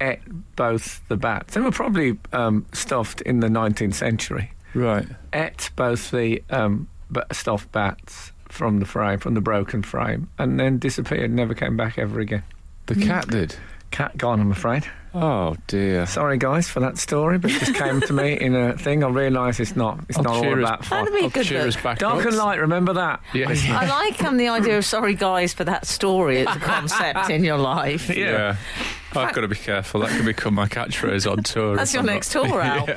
S2: ate both the bats. They were probably um, stuffed in the 19th century.
S3: right.
S2: ate both the um, b- stuffed bats from the frame, from the broken frame, and then disappeared, never came back ever again.
S3: The cat did.
S2: Cat gone, I'm afraid.
S3: Mm. Oh dear.
S2: Sorry, guys, for that story, but it just came to
S4: *laughs*
S2: me in a thing. I realise it's not. It's
S3: I'll
S2: not all
S3: cheer us-
S2: about fun.
S4: That'd be a
S3: I'll
S4: good
S3: cheer
S4: book.
S3: us back
S2: Dark
S3: up.
S2: and light. Remember that.
S3: Yes.
S4: I like um, the idea of sorry guys for that story as a concept in your life.
S3: Yeah. I've got to be careful. That could become my catchphrase on tour.
S4: That's
S3: if
S4: your
S3: I'm not-
S2: *laughs*
S4: next tour, Al.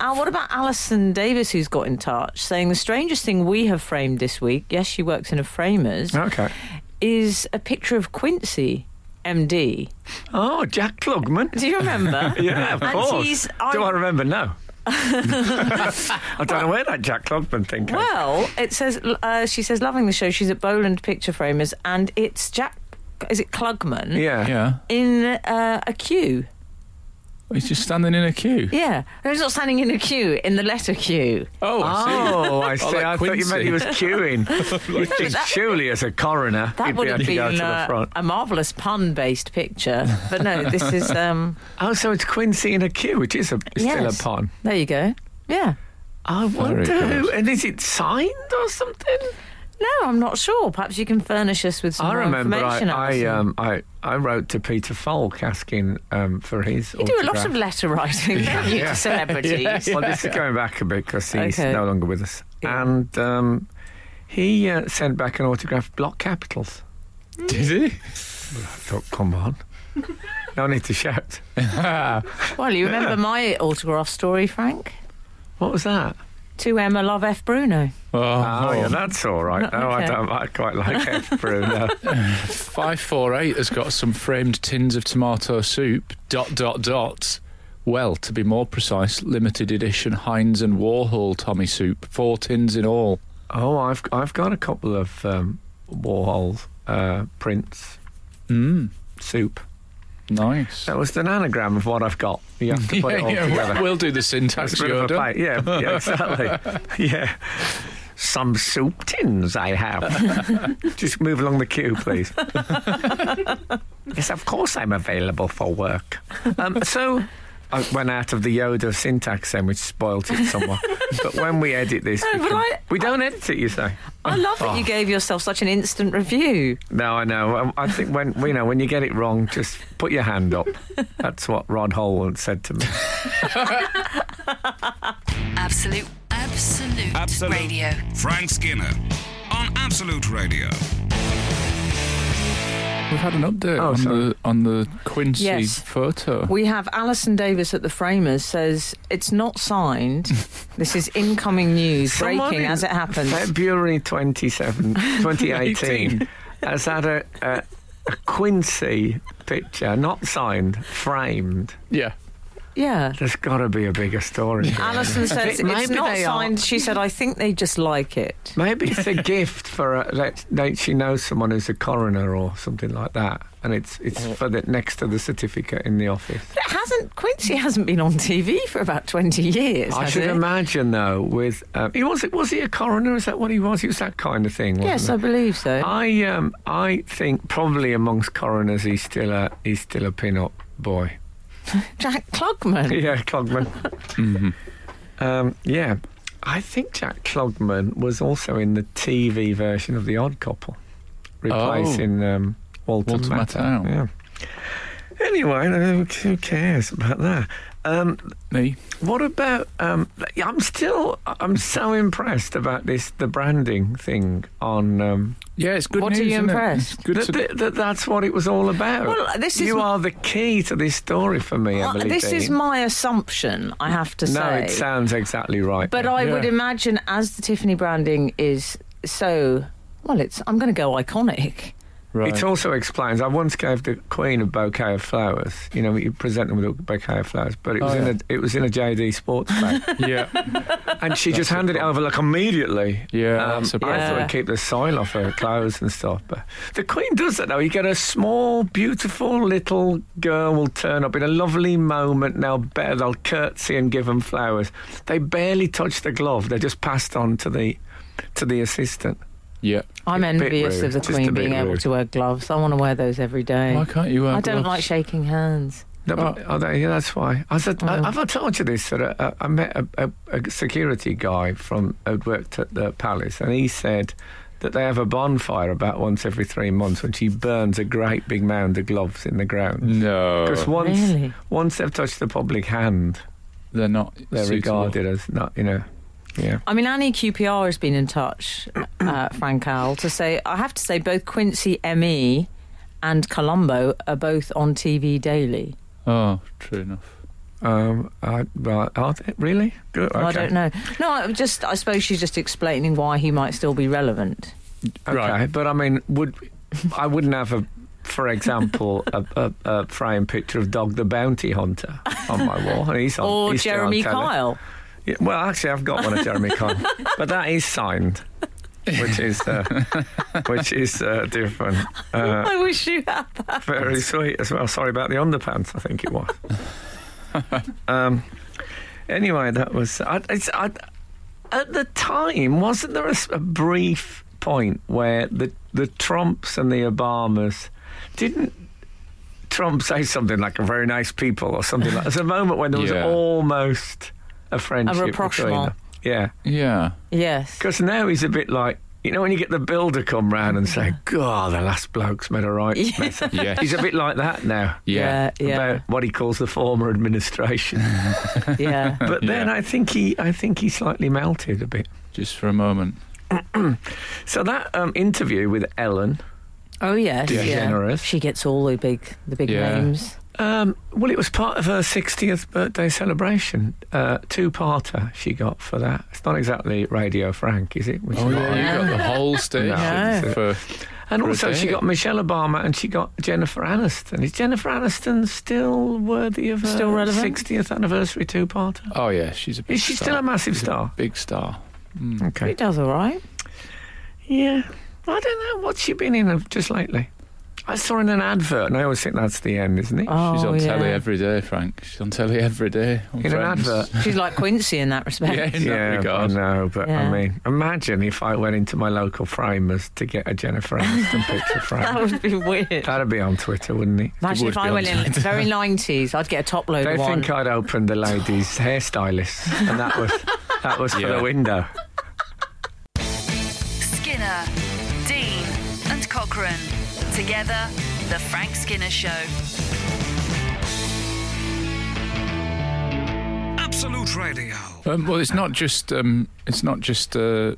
S4: Al, what about Alison Davis, who's got in touch, saying the strangest thing we have framed this week, yes, she works in a framer's,
S2: Okay.
S4: is a picture of Quincy, MD.
S2: Oh, Jack Klugman.
S4: Do you remember?
S2: *laughs* Yeah, of
S4: And
S2: course.
S4: he's-
S2: Do I
S4: I'm-
S2: remember?
S4: *laughs*
S2: No. *laughs* I don't know where that Jack Klugman thing came.
S4: Well, it says uh, she says loving the show. She's at Boland Picture Framers, and it's Jack. Is it Klugman?
S2: yeah.
S3: Yeah.
S4: In uh, a queue.
S3: He's just standing in a queue.
S4: Yeah, no, he's not standing in a queue. In the letter queue.
S3: Oh, I see.
S2: Oh, I see.
S4: *laughs*
S3: like
S2: I thought you meant he was queuing. You think surely, as a coroner,
S4: That
S2: he'd
S4: would
S2: be able
S4: have
S2: to go
S4: been
S2: to the
S4: uh,
S2: front.
S4: a marvelous pun-based picture, but no,
S2: *laughs*
S4: this is um,
S2: Oh, so it's Quincy in a queue, which is a, is
S4: Yes.
S2: still a pun.
S4: there you go. Yeah.
S2: I wonder
S3: good.
S2: who, and is it signed or something?
S4: No, I'm not sure. Perhaps you can furnish us with some
S2: I
S4: more
S2: remember I
S4: information.
S2: I,
S4: Alison.
S2: um, I I wrote to Peter Falk asking um, for his.
S4: you do a lot of letter writing, don't you,
S2: yeah.
S4: to celebrities?
S2: *laughs* Well, this is going back a bit because he's
S4: Okay.
S2: no longer with us,
S4: Yeah.
S2: and um, he uh, sent back an autographed block capitals.
S3: Did he?
S2: I thought, come on, *laughs* no need to shout.
S4: Well, you remember my autograph story, Frank?
S2: What was that?
S4: To Emma Love F. Bruno.
S3: Oh,
S2: Oh, yeah, that's all right. No, I
S4: okay.
S2: don't. I quite like F. Bruno.
S3: 548 has got some framed tins of tomato soup. Dot, dot, dot. Well, to be more precise, limited edition Heinz and Warhol Tommy soup. Four tins in all.
S2: oh, I've I've got a couple of um, Warhol uh, prints
S3: Mmm.
S2: soup.
S3: Nice.
S2: That was an anagram of what I've got. You have to put it all
S3: *laughs* yeah,
S2: together.
S3: we'll, we'll do the
S2: It's
S3: syntax.
S2: a bit of a
S3: Yoda.
S2: play. Yeah,
S4: *laughs*
S2: yeah, exactly. yeah. Some soup tins I
S4: *laughs*
S2: have. Just move along the queue, please. yes, of course I'm available for work. Um, so I went out of the Yoda syntax then, which spoilt it
S4: *laughs*
S2: somewhat. but when we edit this, we,
S4: Uh, but
S2: can-
S4: I-
S2: we don't edit it, you say?
S4: I love
S2: Ah.
S4: that you gave yourself such an instant review.
S2: No, I know. Um, I think when you know when you get it wrong, just put your hand up. That's what Rod Hole once said to me.
S1: Absolute, absolute,
S5: Absolute.
S1: radio.
S5: Frank Skinner on Absolute Radio.
S3: We've had an update
S2: Oh,
S3: on,
S2: sorry.
S3: the, on the Quincy
S4: Yes.
S3: photo.
S4: We have Alison Davis at the Framers says it's not signed. this is incoming
S2: *laughs*
S4: news,
S2: Someone
S4: breaking
S2: in
S4: as it happens.
S2: February
S4: *laughs*
S2: 27, 2018 has had a, a, a Quincy picture, not signed, framed.
S3: yeah.
S4: Yeah.
S2: There's got to be a bigger story.
S4: Alison says
S2: It-
S4: it's
S2: maybe
S4: not
S2: they are-
S4: signed. She said, I think they just like it.
S2: Maybe
S4: *laughs*
S2: it's a gift for a, that, that she knows someone who's a coroner or something like that, and it's it's
S4: Uh,
S2: for the next to the certificate in the office.
S4: But it hasn't, Quincy hasn't been on TV for about 20 years.
S2: I
S4: has
S2: should
S4: it?
S2: imagine though, with um, he was was he a coroner? Is that what he was? He was that kind of thing. Wasn't
S4: Yes, I
S2: he?
S4: believe so.
S2: I um I think probably amongst coroners he's still a he's still a pin-up boy. *laughs*
S4: Jack Klugman.
S2: Yeah, Clogman.
S3: Mm-hmm.
S2: um, yeah, I think Jack Clogman was also in the TV version of The Odd Couple, replacing um, Walter,
S3: Oh. Walter
S2: Matthau.
S3: Matthau.
S2: Yeah. Anyway, who- who cares about that? Um,
S3: Me.
S2: what about? Um, I'm still I'm so impressed about this the branding thing on um,
S3: Yeah, it's good
S4: What
S3: news.
S4: are you
S3: isn't it?
S4: impressed?
S3: It's good
S2: that,
S3: to-
S2: that, that that's what it was all about.
S4: Well, this is
S2: you
S4: m-
S2: are the key to this story for me,
S4: Uh,
S2: Emily.
S4: this is
S2: Dean.
S4: my assumption, I have to
S2: no,
S4: say.
S2: it sounds exactly right.
S4: But
S2: yeah.
S4: I would
S3: Yeah.
S4: imagine as the Tiffany branding is so well, it's I'm going to go iconic.
S3: right.
S2: It also explains. I once gave the Queen a bouquet of flowers. You know, you present them with a bouquet of flowers, but it
S3: Oh,
S2: was in
S3: yeah.
S2: a it was in a JD Sports
S4: *laughs*
S2: bag,
S3: yeah.
S2: and she just handed it over like immediately. Um,
S3: Yeah, that's a
S2: I thought
S4: problem.
S2: it'd keep the soil off her clothes and stuff. But the Queen does it though. You get a small, beautiful little girl will turn up in a lovely moment. and They'll better they'll curtsy and give them flowers. They barely touch the glove. They're just passed on to the to the assistant.
S3: Yeah.
S4: I'm
S2: A bit
S4: envious
S2: rude,
S4: of the
S2: just a bit
S4: Queen being able
S2: rude.
S4: to wear gloves. I want to wear those every day.
S3: Why can't you? Wear
S4: I don't
S3: gloves?
S4: like shaking hands.
S2: No, but are they, yeah, that's why. I said, I
S4: Oh.
S2: have I told you this? That I, I met a, a, a security guy from who'd worked at the palace, and he said that they have a bonfire about once every three months when she burns a great big mound of gloves in the ground. Because
S3: No,
S2: once
S4: Really?
S2: once they've touched the public hand,
S3: they're not.
S2: they're
S3: suitable.
S2: regarded as not, you know, yeah.
S4: I mean, Annie QPR has been in touch, uh, Frank Owl, to say I have to say both Quincy ME and Colombo are both on TV daily.
S3: Oh, true enough.
S2: Um, I, well, are they really? Good. Okay.
S4: I don't know. No, I just I suppose she's just explaining why he might still be relevant.
S2: Okay,
S3: Right.
S2: but I mean, would I wouldn't have a, for example, a, a, a frame picture of Dog the Bounty Hunter on my wall, and he's on.
S4: Or
S2: Um, he's still on
S4: Jeremy
S2: telly.
S4: Kyle.
S2: Yeah, well, actually, I've got one of Jeremy
S4: *laughs*
S2: Kyle, but that is signed, which is uh, which is uh, different. Uh,
S4: I wish you had that.
S2: very sweet as well. Sorry about the underpants. I think it was. um, anyway, that was. I, it's, I, at the time, wasn't there a, s- a brief point where the the Trumps and the Obamas didn't Trump say something like "a very nice people" or something like? There's a moment when there was
S3: Yeah.
S2: almost a friendship between
S4: rapprochement.
S2: them. Yeah. *laughs*
S3: Yeah.
S4: Yes.
S2: Because now he's a bit like, you know, when you get the builder come round and say, God, the last bloke's made a right mess. up."
S3: Yes.
S2: *laughs* He's a bit like that now.
S3: Yeah.
S4: Yeah. Yeah.
S2: About what he calls the former
S3: *laughs*
S2: administration,
S4: yeah.
S2: *laughs* but then
S3: Yeah.
S2: I think he, I think he slightly melted a bit.
S3: Just for a moment.
S2: So that um, interview with Ellen,
S4: Oh yes,
S2: Yeah. Generous.
S4: She gets all the big, the big
S3: Yeah.
S4: names.
S2: um, well, it was part of her 60th birthday celebration, uh, two-parter she got for that. It's not exactly Radio Frank, is it? Which
S3: Oh
S2: is
S3: yeah,
S2: what-
S3: you got the whole station
S4: No.
S3: for.
S2: And
S3: For a
S2: also, she
S3: day.
S2: got Michelle Obama and she got Jennifer Aniston. Is Jennifer Aniston still worthy of her
S4: Still relevant?
S2: 60th anniversary two-parter?
S3: Oh yeah, she's a. Big
S2: Is she
S3: star.
S2: still a massive
S3: She's
S2: star?
S3: Big star.
S2: Okay.
S4: She does all right.
S2: Yeah. I don't know. What's she been in of just lately? I saw in an advert, and I always think that's the end, isn't it?
S4: Oh,
S3: She's on
S4: yeah.
S3: telly every day, Frank. She's on telly every day. on
S2: In an
S3: Friends.
S2: advert.
S4: She's like Quincy in that respect.
S3: Yeah, in
S2: *laughs*
S3: that
S2: yeah, I
S3: regard.
S2: know, but I
S4: Yeah.
S2: mean, imagine if I went into my local framers to get a Jennifer Aniston
S4: *laughs*
S2: picture
S4: That
S2: frame.
S4: would be weird.
S2: That'd be on Twitter, wouldn't it?
S4: Imagine
S3: would
S4: if
S3: be
S4: I
S3: on
S4: went in
S3: Twitter. *laughs*
S4: very 90s, I'd get a top load
S2: They
S4: one.
S2: think I'd opened the ladies' hairstylist, and that was that was for
S3: Yeah.
S2: the window.
S1: Skinner, Dean, and Cochrane. Together, The Frank Skinner Show.
S5: Absolute Radio.
S3: Um, well, it's not just um, it's not just uh,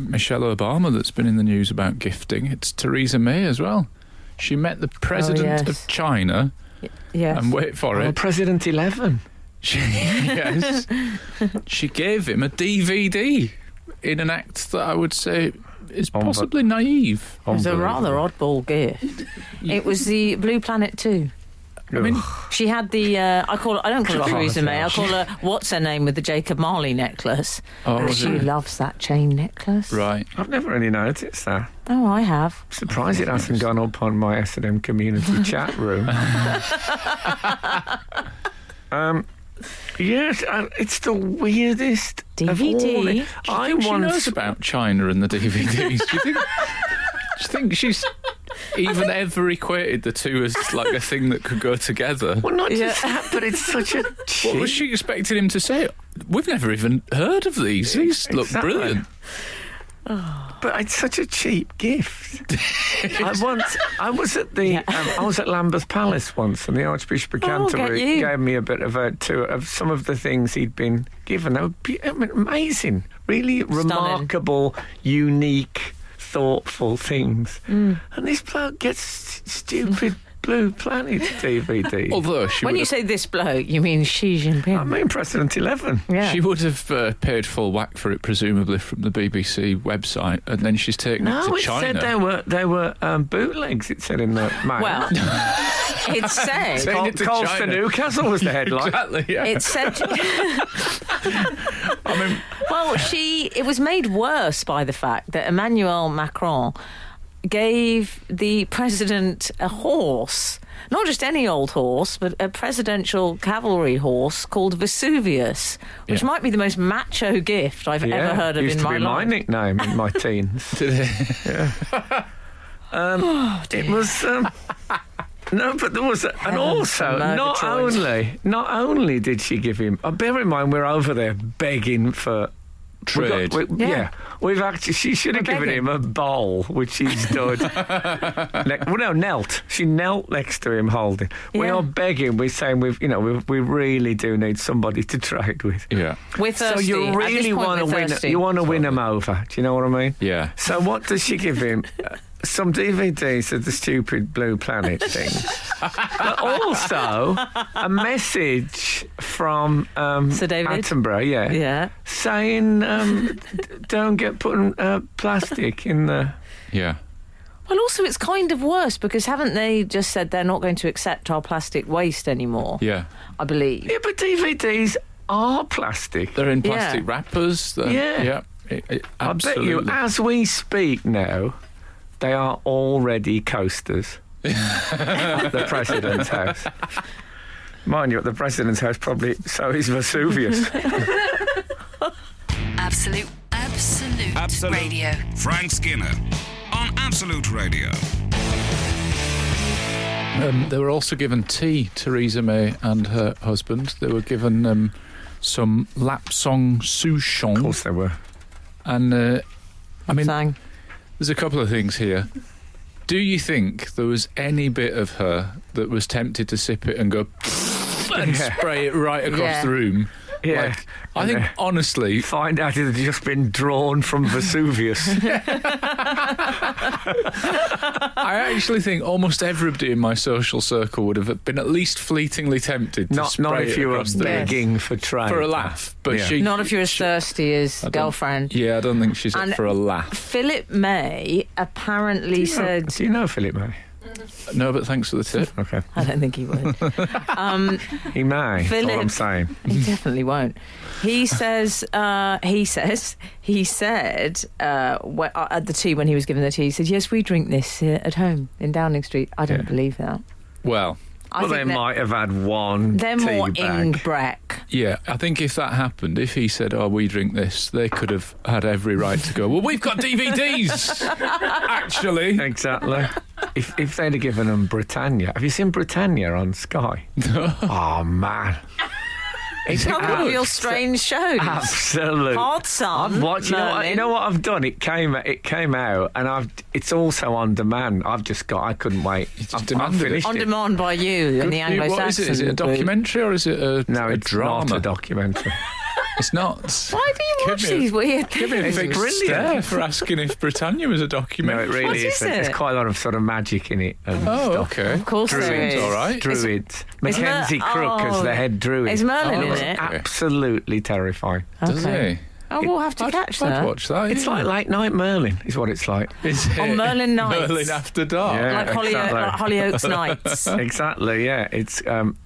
S3: Michelle Obama that's been in the news about gifting. It's Theresa May as well. She met the president
S4: yes.
S3: of China,
S4: yes.
S3: and wait for
S2: Well,
S3: it,
S2: President Eleven.
S3: she, *laughs*
S4: *laughs*
S3: yes, she gave him a DVD in an act that I would say is
S2: but-
S3: possibly naive.
S4: it was a rather oddball gift. it was the Blue Planet 2.
S3: I mean,
S4: She had the uh, I call I don't call her
S2: Class,
S4: Theresa May.
S2: yeah.
S4: I call her what's her name with the Jacob Marley necklace.
S3: Oh,
S4: she
S3: really?
S4: loves that chain necklace.
S3: right.
S2: I've never really noticed that.
S4: Oh, I have.
S2: Surprised it hasn't gone up on my S&M
S3: *laughs*
S2: community chat room. um, yes, and it's the weirdest of all
S4: DVD?
S2: the-
S4: Do you
S2: I
S3: She
S2: once
S3: knows about China and the DVDs. Do you *laughs* think? do you think she's even ever equated the two as like a thing that could go together?
S2: Well, not just that, but it's such a.
S3: *laughs* What was she expecting him to say? We've never even heard of these. These look
S2: Exactly.
S3: brilliant.
S2: But it's such a cheap *laughs* gift. I once, I was at the, um, I was at Lambeth Palace once, and the Archbishop of
S4: Oh, get
S2: Canterbury
S4: you.
S2: gave me a bit of a tour of some of the things he'd been given. They were be- I mean, amazing, really remarkable, unique, thoughtful things. And this bloke gets s- *laughs* stupid Blue Planet *laughs* DVD.
S3: Although she
S4: When
S3: would
S4: you
S3: have, Um,
S4: say this bloke, you mean Xi Jinping?
S2: I mean, President Eleven.
S4: yeah.
S3: she would have uh, paid full whack for it, presumably from the BBC website, and then she's taken it
S2: No,
S3: to
S2: it said
S3: China.
S2: there were there were um, bootlegs. It said in the mag.
S3: *laughs*
S4: well, it said
S3: Send
S2: Col-
S3: it to
S2: Colston
S3: China.
S2: Newcastle
S4: *laughs*
S2: was the headline.
S3: *laughs* exactly. Yeah.
S4: it said.
S3: I mean,
S4: Well, she it was made worse by the fact that Emmanuel Macron gave the president a horse, not just any old horse, but a presidential cavalry horse called Vesuvius, which
S3: Yeah.
S4: might be the most macho gift I've ever heard of
S2: used
S4: in
S2: to be
S4: my life.
S2: my nickname in my teens.
S4: *laughs*
S2: It was. Um, No, but there was, a, and
S4: Heavens
S2: also
S4: and Murgatroyd.
S2: not only not only did she give him. Uh, bear in mind, we're over there begging for we got-
S3: Trade.
S2: we-
S4: Yeah.
S2: yeah. we've actually she should have
S4: We're
S2: given
S4: begging.
S2: him a bowl, which he's
S4: *laughs*
S2: done. ne- well, no, knelt. She knelt next to him, holding. We
S4: Yeah.
S2: are begging. We're saying we've, you know, we, we really do need somebody to trade with.
S3: yeah.
S4: We're
S2: So
S4: thirsty.
S2: you really
S4: want to
S2: win. You want to win 'em over. Do you know what I mean?
S3: Yeah.
S2: So what does she give him? *laughs* Uh, Some DVDs of the stupid Blue Planet thing, but also a message from um,
S4: Sir David?
S2: Attenborough, yeah,
S4: Yeah.
S2: saying um, d- don't get putting uh, plastic in the.
S3: Yeah.
S4: Well, also it's kind of worse because haven't they just said they're not going to accept our plastic waste anymore?
S3: Yeah.
S4: I believe.
S2: Yeah, but DVDs are plastic.
S3: They're in
S4: Yeah.
S3: plastic wrappers. They're,
S2: Yeah.
S3: yeah. It- it-
S2: I bet you,
S3: absolutely.
S2: as we speak now, they are already coasters at the president's house. Mind you, at the president's house, probably so is Vesuvius.
S1: Absolute, absolute,
S5: Absolute.
S1: radio.
S5: Frank Skinner on Absolute Radio.
S3: Um, they were also given tea, Theresa May and her husband. They were given um, some lap song
S2: of
S3: souchon.
S2: course they were.
S3: And uh, I mean,
S4: Sang.
S3: there's a couple of things here. Do you think there was any bit of her that was tempted to sip it and go *laughs* and
S2: Yeah.
S3: spray it right across
S4: Yeah.
S3: the room?
S2: Yeah.
S3: Like, I think,
S2: Yeah.
S3: honestly,
S2: Find out it had just been drawn from
S3: *laughs*
S2: Vesuvius.
S3: I actually think almost everybody in my social circle would have been at least fleetingly tempted to
S2: not,
S3: spray
S2: not if
S3: it
S2: you were
S3: across the room
S4: Yes.
S2: begging for trade.
S3: for a laugh. But
S2: uh, Yeah.
S3: she
S4: Not if you're as
S3: she-
S4: thirsty as
S3: don't-
S4: girlfriend.
S3: Yeah, I don't think she's up
S4: And-
S3: for a laugh.
S4: Philip May apparently
S2: Do you know-
S4: said,
S2: Do you know Philip May?
S3: No, but thanks for the tip.
S2: Okay.
S4: I don't think
S3: *laughs*
S4: he would. um,
S2: He may. That's all
S4: Philip-
S2: I'm saying.
S4: he definitely won't. He says, uh, he says, he said uh, wh- uh, at the tea when he was given the tea, he said, yes, we drink this uh, at home in Downing Street. I don't
S2: Yeah.
S4: believe that.
S3: Well,
S4: I
S2: well, they
S4: that-
S2: might have had one.
S4: They're
S2: tea
S4: more
S2: bag.
S4: inbreck.
S3: yeah, I think if that happened, if he said, "Oh, we drink this," they could have had every right to go. Well, we've got DVDs,
S4: *laughs*
S3: actually.
S2: Exactly. if, if they'd have given them Britannia, have you seen Britannia on
S3: *laughs*
S2: Sky? oh man, it's
S4: How come your strange shows?
S2: absolute.
S4: Hard sun,
S2: I've watched. You know, what,
S4: Merlin.
S2: you know what I've done? It came. It came out, and I've. It's also on demand. I've just got. I couldn't wait.
S3: just
S2: I've, I've
S3: demanded it.
S2: finished
S4: On
S2: it.
S4: demand by you and the Anglo
S3: what
S4: Saxon.
S3: is it? Is it a documentary or is it a,
S2: No,
S3: a
S2: it's
S3: drama?
S2: not a documentary.
S3: it's not.
S4: Why do you
S3: Give
S4: watch
S3: me a-
S4: these weird
S3: Give
S4: *laughs*
S3: me a
S2: It's
S3: big
S2: brilliant.
S3: stare for asking if Britannia was
S2: no,
S3: a
S2: it
S3: *laughs* documentary.
S2: really
S4: What is
S2: isn't. There's
S4: it?
S2: quite a lot of sort of magic in it. And
S3: Oh,
S2: stuff.
S3: okay. Of
S4: course there
S3: Druids,
S4: is.
S3: all right.
S2: Druids. Mackenzie Crook as
S4: oh,
S2: the head druid.
S4: is Merlin
S2: Oh,
S3: in
S2: it was
S3: it?
S2: Absolutely terrifying.
S3: Does
S4: Okay.
S3: he?
S4: Oh, we'll have to
S3: I'd,
S4: catch
S3: I'd
S4: that.
S3: watch that.
S2: It's
S3: yeah.
S2: like late night Merlin, is what it's like.
S3: Is it
S4: On Merlin Nights.
S3: Merlin After Dark.
S2: Yeah.
S4: Like, Holly,
S2: exactly. *laughs*
S4: like Hollyoaks Nights.
S2: exactly. Yeah, it's um,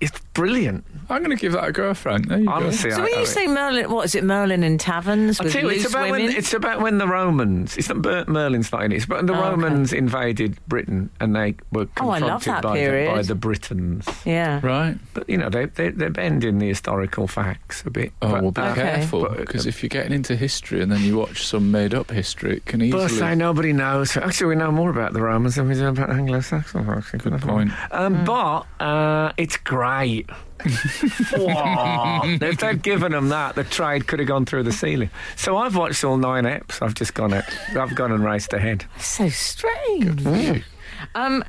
S2: it's brilliant.
S3: I'm going to give that a go, Frank. There you
S2: Honestly,
S4: So
S2: I
S4: when
S2: I
S4: you
S2: mean-
S4: say Merlin, what is it? Merlin in taverns
S2: I
S4: with
S2: tell you,
S4: loose
S2: it's about
S4: women.
S2: when it's about when the Romans. It's not Ber- Merlin's not in it. It's about when the
S4: Oh, okay.
S2: Romans invaded Britain and they were
S4: Oh, I
S2: confronted
S4: love that
S2: by, the, by
S4: period.
S2: the Britons.
S4: yeah.
S3: go. Right.
S2: But you know, they, they they're bending the historical facts a bit.
S3: Oh,
S2: But
S3: well, be
S2: that-
S4: Okay.
S3: careful
S2: But- uh,
S3: because if you're getting into history and then you watch some made-up history, it can easily.
S2: But say nobody knows. Actually, we know more about the Romans than we do about Anglo-Saxons. Actually,
S3: Good
S2: That's
S3: point.
S2: Um, But uh, it's
S3: *laughs*
S2: great. Wow. if they'd given them that, the trade could have gone through the ceiling. So I've watched all nine eps. I've just gone. It, I've gone and raced ahead.
S4: So strange. Um,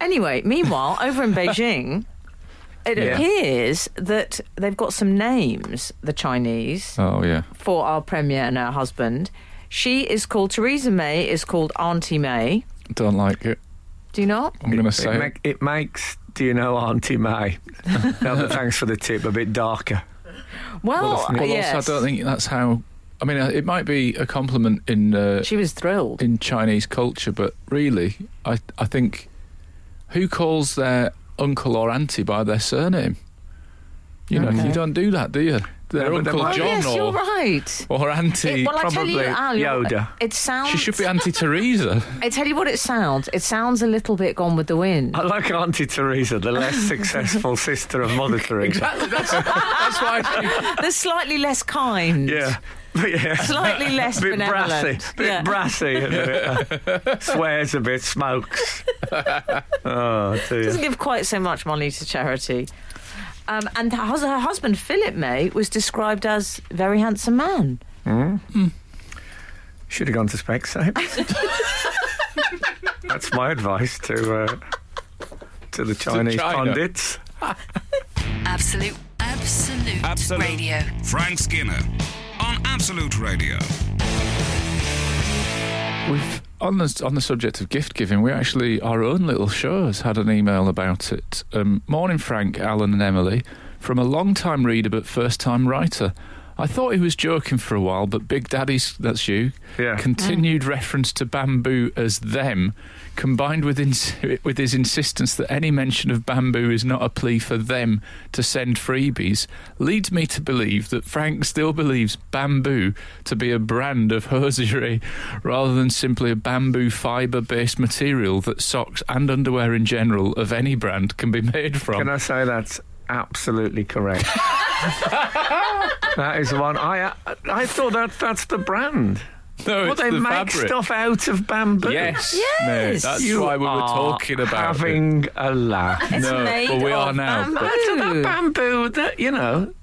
S4: anyway, meanwhile, over in Beijing, it
S2: Yeah.
S4: appears that they've got some names, the Chinese,
S3: Oh yeah.
S4: for our premier and her husband. She is called Theresa May, is called Auntie May.
S3: Don't like it.
S4: Do you not?
S3: I'm going to
S2: It,
S3: say
S2: make- it makes. Do you know Auntie May?
S3: *laughs*
S2: no, but thanks for the tip. A bit darker.
S4: Well,
S3: Well,
S4: yes.
S3: also, I don't think that's how. I mean, uh, it might be a compliment in uh,
S4: she was thrilled.
S3: in Chinese culture, but really, I I think who calls their uncle or auntie by their surname? You know,
S4: Okay.
S3: you don't do that, do you? Their
S2: No, but they
S3: uncle
S2: might-
S4: oh,
S3: John
S4: yes, you're
S3: or
S4: right.
S3: or auntie.
S4: It- well, I tell you, uh,
S2: probably
S4: Al, you're-
S2: Yoda.
S4: It sounds.
S3: she should be
S4: *laughs*
S3: Auntie Teresa.
S4: I tell you what, it sounds. It sounds a little bit Gone with the
S3: *laughs*
S4: Wind.
S2: I like Auntie Teresa, the less successful sister of
S3: *laughs*
S2: Mother Teresa.
S3: that's, that's why. She,
S4: They're slightly less kind.
S2: Yeah. But yeah.
S4: *laughs*
S3: *laughs*
S4: Slightly less
S2: bit
S4: benevolent.
S2: brassy, bit brassy, and a bit, uh,
S3: *laughs*
S2: swears a bit, smokes. oh dear.
S4: Doesn't give quite so much money to charity. Um, and her, hus- her husband, Philip May, was described as a very handsome man.
S2: Should have gone to Specsavers. That's my advice to uh, to the Chinese
S3: China.
S2: pundits.
S1: Absolute, absolute,
S5: Absolute.
S1: radio.
S5: Frank Skinner on Absolute Radio.
S3: we've on the on the subject of gift giving. We actually our own little show has had an email about it. Um, Morning, Frank, Alan, and Emily, from a long time reader but first time writer. I thought he was joking for a while, but Big Daddy's that's you.
S2: Yeah.
S3: Continued reference to bamboo as them, combined with ins- with his insistence that any mention of bamboo is not a plea for them to send freebies, leads me to believe that Frank still believes bamboo to be a brand of hosiery rather than simply a bamboo fibre based material that socks and underwear in general of any brand can be made from.
S2: Can I say that's absolutely
S3: *laughs*
S2: correct? that is one. I uh, I thought that that's the brand.
S3: no,
S2: Well,
S3: it's
S2: they
S3: the
S2: make
S3: fabric.
S2: stuff out of bamboo.
S3: Yes,
S4: Yes.
S3: mate, that's
S2: You
S3: why we were
S2: are
S3: talking about it.
S2: having a laugh.
S4: It's
S3: No,
S4: made
S3: well, we
S4: of
S3: are now, but-
S2: That's that
S4: bamboo.
S2: bamboo that you know.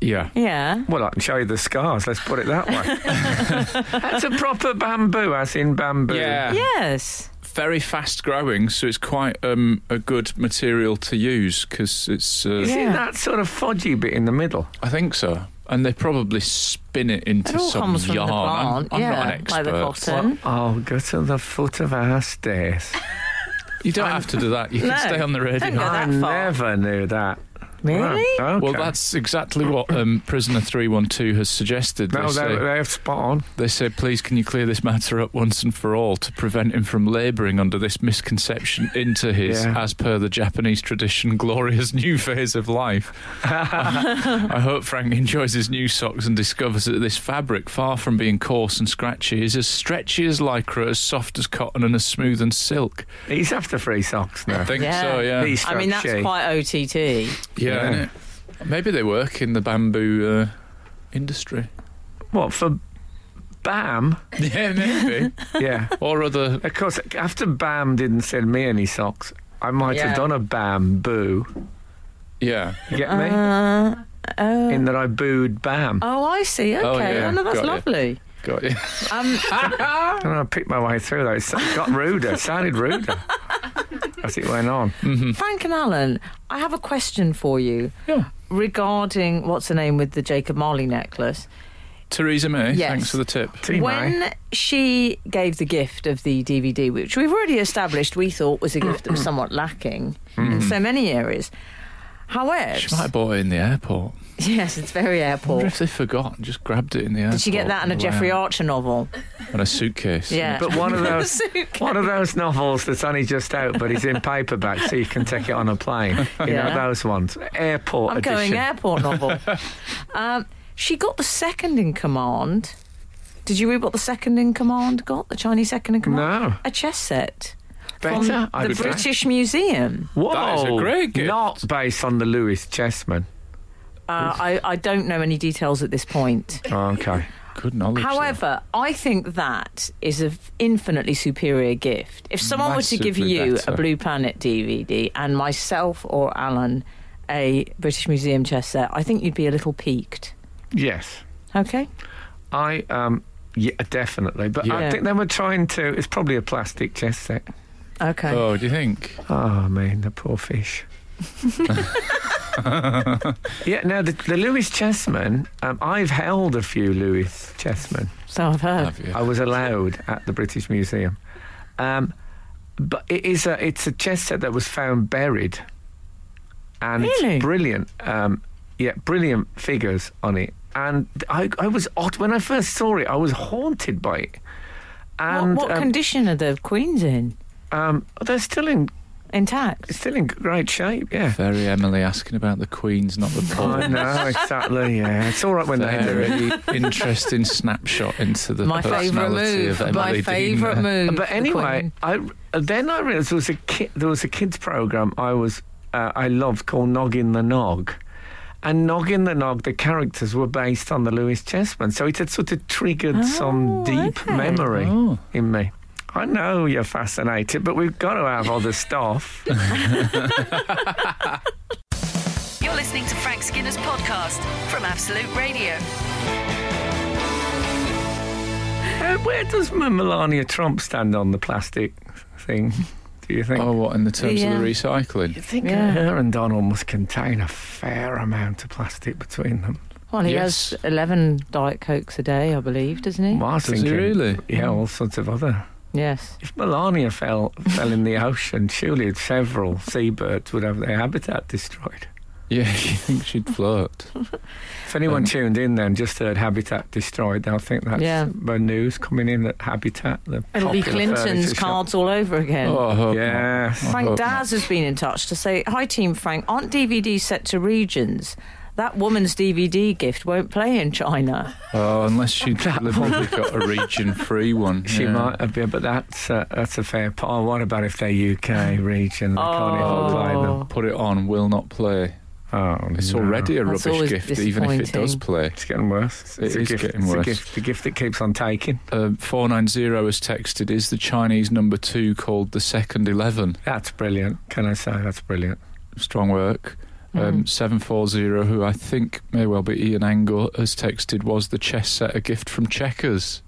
S3: Yeah.
S4: yeah.
S2: Well, I can show you the scars. Let's put it that way.
S4: *laughs*
S2: That's a proper bamboo, as in bamboo.
S3: Yeah.
S4: Yes.
S3: very fast growing, so it's quite um, a good material to use because it's. Uh,
S2: Is
S4: Yeah.
S2: it that sort of fudgy bit in the middle?
S3: I think so, and they probably spin it into
S4: It all
S3: some
S4: comes from
S3: yarn.
S4: the
S3: I'm-
S4: plant.
S3: I'm,
S4: yeah.
S3: not an expert.
S4: Like the cotton.
S2: Oh, go to the foot of our stairs.
S3: You don't have to do that. You can
S4: *laughs* No.
S3: stay on the radio.
S4: Don't go
S2: I
S4: that far.
S2: never knew that.
S4: Really?
S2: Right, okay.
S3: Well, that's exactly what um, Prisoner 312 has suggested.
S2: No,
S3: they,
S2: they,
S3: say,
S2: they're spot on.
S3: they say, please, can you clear this matter up once and for all to prevent him from labouring under this misconception into his,
S2: Yeah.
S3: as per the Japanese tradition, glorious new phase of life? I hope Frank enjoys his new socks and discovers that this fabric, far from being coarse and scratchy, is as stretchy as lycra, as soft as cotton, and as smooth as silk.
S2: He's after free socks
S3: I
S2: now.
S3: think
S4: Yeah.
S3: so, yeah.
S2: These-
S4: I mean, that's
S2: Structure.
S4: quite OTT.
S3: yeah.
S2: Yeah.
S3: innit? Maybe they work in the bamboo uh, industry. *laughs*
S2: What, for Bam?
S3: Yeah, maybe.
S4: *laughs*
S2: Yeah.
S3: or other.
S2: Of course, after Bam didn't send me any socks, I might
S4: Yeah.
S2: have done a bamboo.
S3: Yeah.
S2: You get me?
S4: Uh, oh.
S2: in that I booed Bam.
S4: oh, I see. Okay.
S3: Oh,
S4: Oh,
S3: yeah.
S4: no, that's
S3: Got you.
S4: lovely.
S3: Got you.
S4: Um,
S2: And I picked my way through that. It so- got ruder. It sounded ruder as it went on.
S4: Frank and Alan, I have a question for you
S3: Yeah.
S4: regarding what's her name with the Jacob Marley necklace.
S3: Theresa May,
S4: Yes.
S3: thanks for the tip.
S2: Team
S4: when she gave the gift of the DVD, which we've already established we thought was a gift that was somewhat lacking in so many areas. However,
S3: She might have bought it in the airport.
S4: *laughs* Yes, it's very
S3: I wonder
S4: airport.
S3: if they forgot and just grabbed it in the airport.
S4: Did you get that in a
S3: on the way
S4: Jeffrey
S3: out.
S4: Archer novel?
S3: And a suitcase.
S4: Yeah.
S2: But
S4: *laughs*
S2: one of those
S4: Suitcase.
S2: one of those novels that's only just out, but it's in paperback, so you can take it on a plane. You
S4: Yeah.
S2: know those ones, airport
S4: I'm
S2: edition.
S4: going
S2: *laughs*
S4: airport novel. um, she got the second in command. Did you read what the second in command got? The Chinese second in command?
S2: No.
S4: A chess set.
S2: Better,
S4: From
S2: I
S4: the
S2: would say.
S4: British Museum.
S2: Whoa,
S3: That is a great gift.
S2: Not based on the Lewis Chessman.
S4: Uh, I, I don't know any details at this point.
S2: Oh, okay.
S3: Good knowledge. though.
S4: However, I think that is an infinitely superior gift. If someone were to give
S3: Massively
S4: you
S3: better.
S4: a Blue Planet DVD and myself or Alan a British Museum chess set, I think you'd be a little piqued.
S2: Yes.
S4: Okay?
S2: I um yeah, definitely. But I
S4: Yeah.
S2: think they were trying to it's probably a plastic chess set.
S4: Okay.
S2: Uh,
S3: Oh, do you think?
S2: Oh man, the poor fish. yeah, now the, the Lewis Chessman, um, I've held a few Lewis Chessmen.
S4: So I've heard.
S3: Have you?
S2: I was allowed at the British Museum. Um, but it is a, it's a chess set that was found buried. And
S4: Really?
S2: it's brilliant. Um, yeah, brilliant figures on it. And I, I was, odd- when I first saw it, I was haunted by it. And
S4: what what
S2: um,
S4: condition are the queens in?
S2: um, they're still in,
S4: Intact.
S2: still in great shape, yeah.
S3: Very Emily asking about the Queens, not
S4: *laughs*
S3: the
S2: I
S3: Pope.
S2: know, Oh, exactly, yeah. It's all right when they do it.
S4: Mm,
S3: Very *laughs* interesting snapshot into the
S4: My favourite
S3: personality
S4: move.
S3: of Emily
S4: My
S3: Dean *laughs*
S4: favourite
S3: there.
S4: move.
S2: But
S4: the
S2: anyway,
S4: Queen.
S2: I then I realised there was a ki- there was a kids program I was uh, I loved called Noggin the Nog. And Noggin the Nog, the characters were based on the Lewis Chessman, so it had sort of triggered some
S4: Oh,
S2: deep
S4: okay.
S2: memory
S3: Oh.
S2: in me. I know you're fascinated, but we've got to have other
S4: *laughs*
S2: stuff.
S1: You're listening to Frank Skinner's podcast from Absolute Radio.
S2: Uh, where does M- Melania Trump stand on the plastic thing? Do you think?
S3: Oh, what in the terms
S4: Yeah.
S3: of the recycling?
S2: I think
S4: Yeah.
S2: her and Donald must contain a fair amount of plastic between them.
S4: Well, he
S3: Yes.
S4: has 11 Diet Cokes a day, I believe, doesn't he?
S2: Well, I was
S3: Does he
S2: thinking-
S3: really?
S4: Hmm.
S2: Yeah, all sorts of other.
S4: Yes.
S2: If Melania fell fell
S4: *laughs*
S2: in the ocean, surely several seabirds would have their habitat destroyed.
S3: Yeah, *laughs* you think she'd float?
S2: If anyone
S3: Um,
S2: tuned in then just heard habitat destroyed, they'll think that's
S4: Yeah.
S2: the news coming in that habitat. The
S4: It'll be
S2: popular
S4: Clinton's
S2: furniture shop-
S4: cards all over again.
S3: Oh, I hope
S2: Yes.
S3: not. I
S4: Frank
S3: hope
S4: Daz has been in touch to say, Hi, Team Frank. Aren't DVDs set to regions? That woman's DVD gift won't play in China.
S3: not. Oh, unless she'd deliberately got a region-free one.
S2: She
S3: yeah.
S2: might have been, but that's uh, that's a fair point. Oh, what about if they're UK region? They can't even play them.
S4: Oh.
S3: Put it on, will not play.
S2: Oh,
S3: It's
S2: no.
S3: already a
S4: That's
S3: rubbish
S4: always
S3: gift, even if it does
S4: disappointing.
S3: play.
S2: It's getting worse.
S3: It
S2: it's a
S3: is
S2: gift,
S3: getting
S2: it's
S3: worse.
S2: A gift, the gift that keeps on taking.
S3: Um, 490 has texted, is the Chinese number two called the second 11?
S2: That's brilliant. Can I say that's brilliant?
S3: Strong work.
S4: Hmm.
S3: Um, 740, who I think may well be Ian Angle, has texted, was the chess set a gift from Checkers?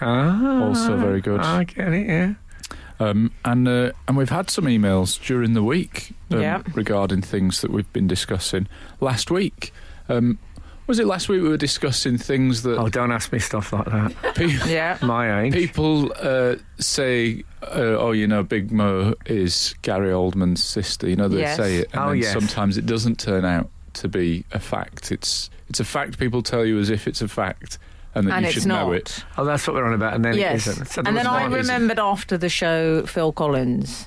S2: Ah,
S3: Also very good.
S2: I get it. Yeah.
S3: Um, and uh, and we've had some emails during the week um,
S4: Yeah.
S3: regarding things that we've been discussing last week. Um, was it last week we were discussing things that
S2: Oh, don't ask me stuff like that.
S3: pe-
S4: Yeah.
S3: *laughs*
S2: My age.
S3: people uh, say? Uh, oh, you know, Big Mo is Gary Oldman's sister. You know, they
S4: Yes.
S3: say it, and
S2: Oh,
S3: then
S2: yes.
S3: sometimes it doesn't turn out to be a fact. It's it's a fact people tell you as if it's a fact, and that
S4: And
S3: you
S4: it's
S3: should know it.
S4: not.
S2: Oh, that's what we're on about, and then
S4: Yes.
S2: it isn't. So there
S4: And
S2: was
S4: then I
S2: one, isn't it?
S4: remembered after the show Phil Collins.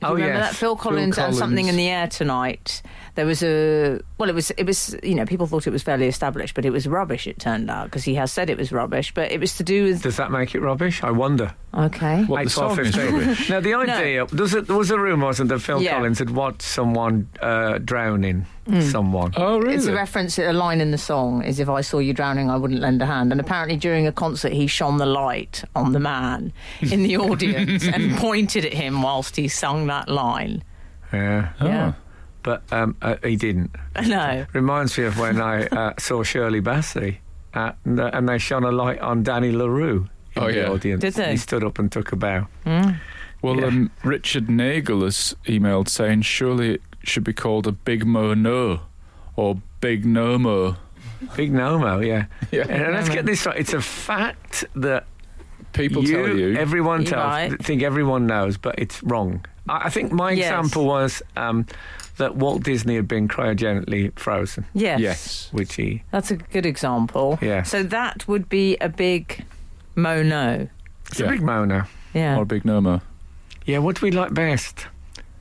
S4: Do you
S2: Oh,
S4: remember
S2: yes.
S4: that Phil Collins, and
S3: Collins.
S4: something in the air tonight. There was a well, it was it was you know people thought it was fairly established, but it was rubbish. It turned out because he has said it was rubbish, but it was to do with
S2: Does that make it rubbish? I wonder.
S4: okay.
S3: What the song is
S2: 12:15. *laughs*
S3: rubbish.
S4: *laughs*
S2: Now the idea there was a, there was a rumor wasn't that Phil
S4: Yeah. Hmm.
S2: Collins had watched someone uh, drowning someone.
S3: Oh, really?
S4: It's a reference, a line in the song is if I saw you drowning, I wouldn't lend a hand. And apparently, during a concert, he shone the light on the man in the audience and pointed at him whilst he sung that line.
S2: Yeah,
S3: Oh.
S4: Yeah.
S2: but um, uh, he didn't.
S4: No.
S2: Reminds me of when I uh,
S3: *laughs*
S2: saw Shirley Bassey, at, and, uh, and they shone a light on Danny LaRue in
S3: Oh,
S2: the
S3: yeah.
S2: audience.
S4: Did they?
S2: He stood up and took a bow.
S3: Well,
S2: Yeah.
S3: um, Richard Nagel has emailed saying surely it should be called a Big Mo No or Big No Mo.
S2: Big nomo, yeah.
S3: *laughs* Yeah.
S2: And let's get this right. It's a fact that
S3: People
S2: you,
S3: tell you.
S2: everyone
S4: You're
S2: tells,
S4: right.
S2: think everyone knows, but it's wrong. I, I think my
S4: Yes.
S2: example was um, that Walt Disney had been cryogenically frozen,
S4: Yes.
S3: Yes.
S2: which he
S4: That's a good example.
S2: Yeah.
S4: So that would be a big mono.
S2: it's a
S3: Yeah.
S2: big moaner.
S4: Yeah.
S3: Or a big no mo.
S2: Yeah, what do we like best?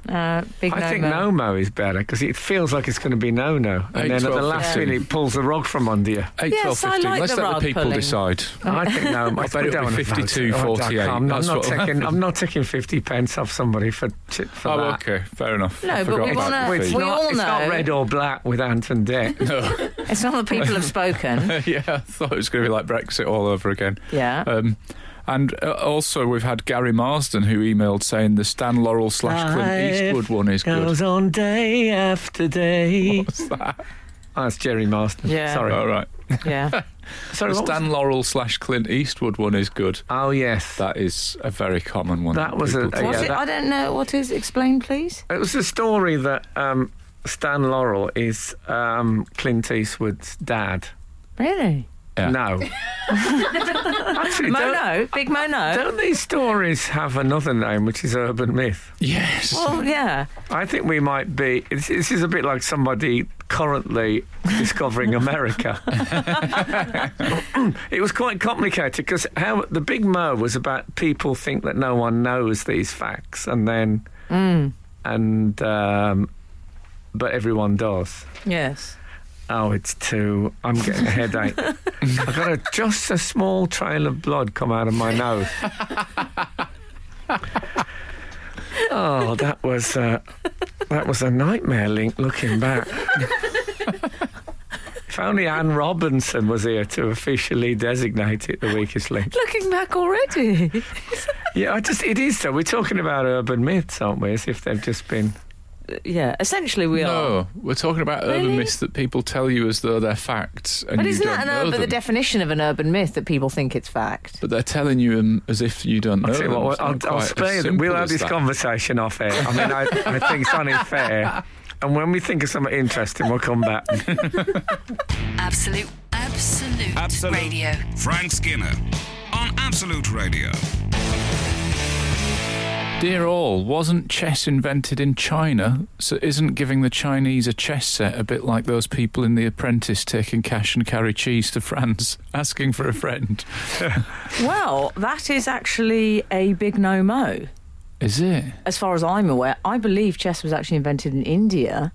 S4: uh, big
S2: I
S4: no
S2: think
S4: mo.
S2: no mo is better because it feels like it's going to be no no, and
S3: Eight,
S2: then at the
S3: 12,
S2: last
S3: 15.
S2: minute it pulls the rug from under
S4: *laughs*
S2: you.
S3: 8,
S4: Yes,
S3: 12,
S4: I
S3: 15.
S4: like
S3: Let's
S4: the
S3: let
S4: rod
S3: the people
S4: pulling.
S3: decide.
S2: I think no. mo-
S3: I bet
S2: we
S3: it'll
S2: don't wanna
S3: be
S2: vote. Oh, I
S3: 52,
S2: can't.
S3: 48.
S2: I'm,
S3: That's
S2: not
S3: what-
S2: taking. I'm not taking fifty pence off somebody for ch- for
S3: Oh,
S2: that.
S3: okay. Fair enough.
S4: No,
S3: I
S4: but
S3: forgot
S4: we
S3: about
S4: wanna-
S3: the
S4: Wait,
S2: It's,
S4: *laughs*
S3: fee.
S4: We
S2: not,
S4: all
S2: it's not
S4: know.
S2: red or black with Ant and
S3: *laughs*
S2: Dick.
S4: It's not the people
S2: *laughs*
S4: have spoken.
S3: yeah, I thought it was going to be like Brexit all over again.
S4: Yeah.
S3: Um, and uh, also, we've had Gary Marsden who emailed saying the Stan Laurel slash Clint
S2: Life
S3: Eastwood one is good.
S2: Goes on day after day. Oh,
S3: What's that?
S2: That's Jerry Marston.
S4: Yeah.
S2: Sorry.
S3: All right.
S4: yeah.
S2: Sorry.
S3: The
S2: What was...
S3: Stan Laurel slash Clint Eastwood one is good.
S2: Oh yes.
S3: That is a very common one.
S2: That was a-
S3: people
S2: yeah,
S4: What's
S3: take.
S4: it?
S2: that-
S4: I don't know what is. Explain, please.
S2: It was a story that um, Stan Laurel is um, Clint Eastwood's dad.
S4: Really?
S2: *laughs*
S3: Yeah.
S2: No. Actually, don't,
S4: Mono. Big mono.
S2: don't these stories have another name, which is urban myth?
S3: *laughs* Yes.
S4: Well, yeah.
S2: I think we might be. This, this is a bit like somebody currently *laughs* discovering America. it was quite complicated because how the big mo was about people think that no one knows these facts, and then Mm. and um, but everyone does.
S4: Yes.
S2: Oh, it's too. I'm getting a headache. I got a, just a small trail of blood come out of my nose. oh, that was uh, that was a nightmare. Link, looking back. if only Anne Robinson was here to officially designate it the weakest link.
S4: Looking back already.
S2: Yeah, I just it is though. We're talking about urban myths, aren't we? As if they've just been.
S4: *laughs* yeah. Essentially, we are.
S3: No, we're talking about urban
S4: Really?
S3: myths that people tell you as though they're facts, and
S4: But
S3: you
S4: isn't
S3: don't
S4: that an
S3: know
S4: urban, the
S3: them.
S4: definition of an urban myth that people think it's fact?
S3: but they're telling you them as if you don't know.
S2: I'll tell you
S3: them.
S2: what,
S3: It's
S2: I'll,
S3: not
S2: I'll
S3: quite as
S2: spare them.
S3: simple
S2: We'll have
S3: as
S2: this
S3: that.
S2: conversation off air. I mean, I, I think it's only fair. And when we think of something interesting, we'll come
S3: *laughs*
S2: back.
S1: Absolute, absolute,
S5: Absolute.
S1: radio.
S5: Frank Skinner on Absolute Radio.
S3: Dear all, wasn't chess invented in China? So isn't giving the Chinese a chess set a bit like those people in The Apprentice taking cash and carry cheese to France, *laughs* asking for a friend?
S4: Well, that is actually a big no mo.
S3: Is it?
S4: As far as I'm aware, I believe chess was actually invented in India.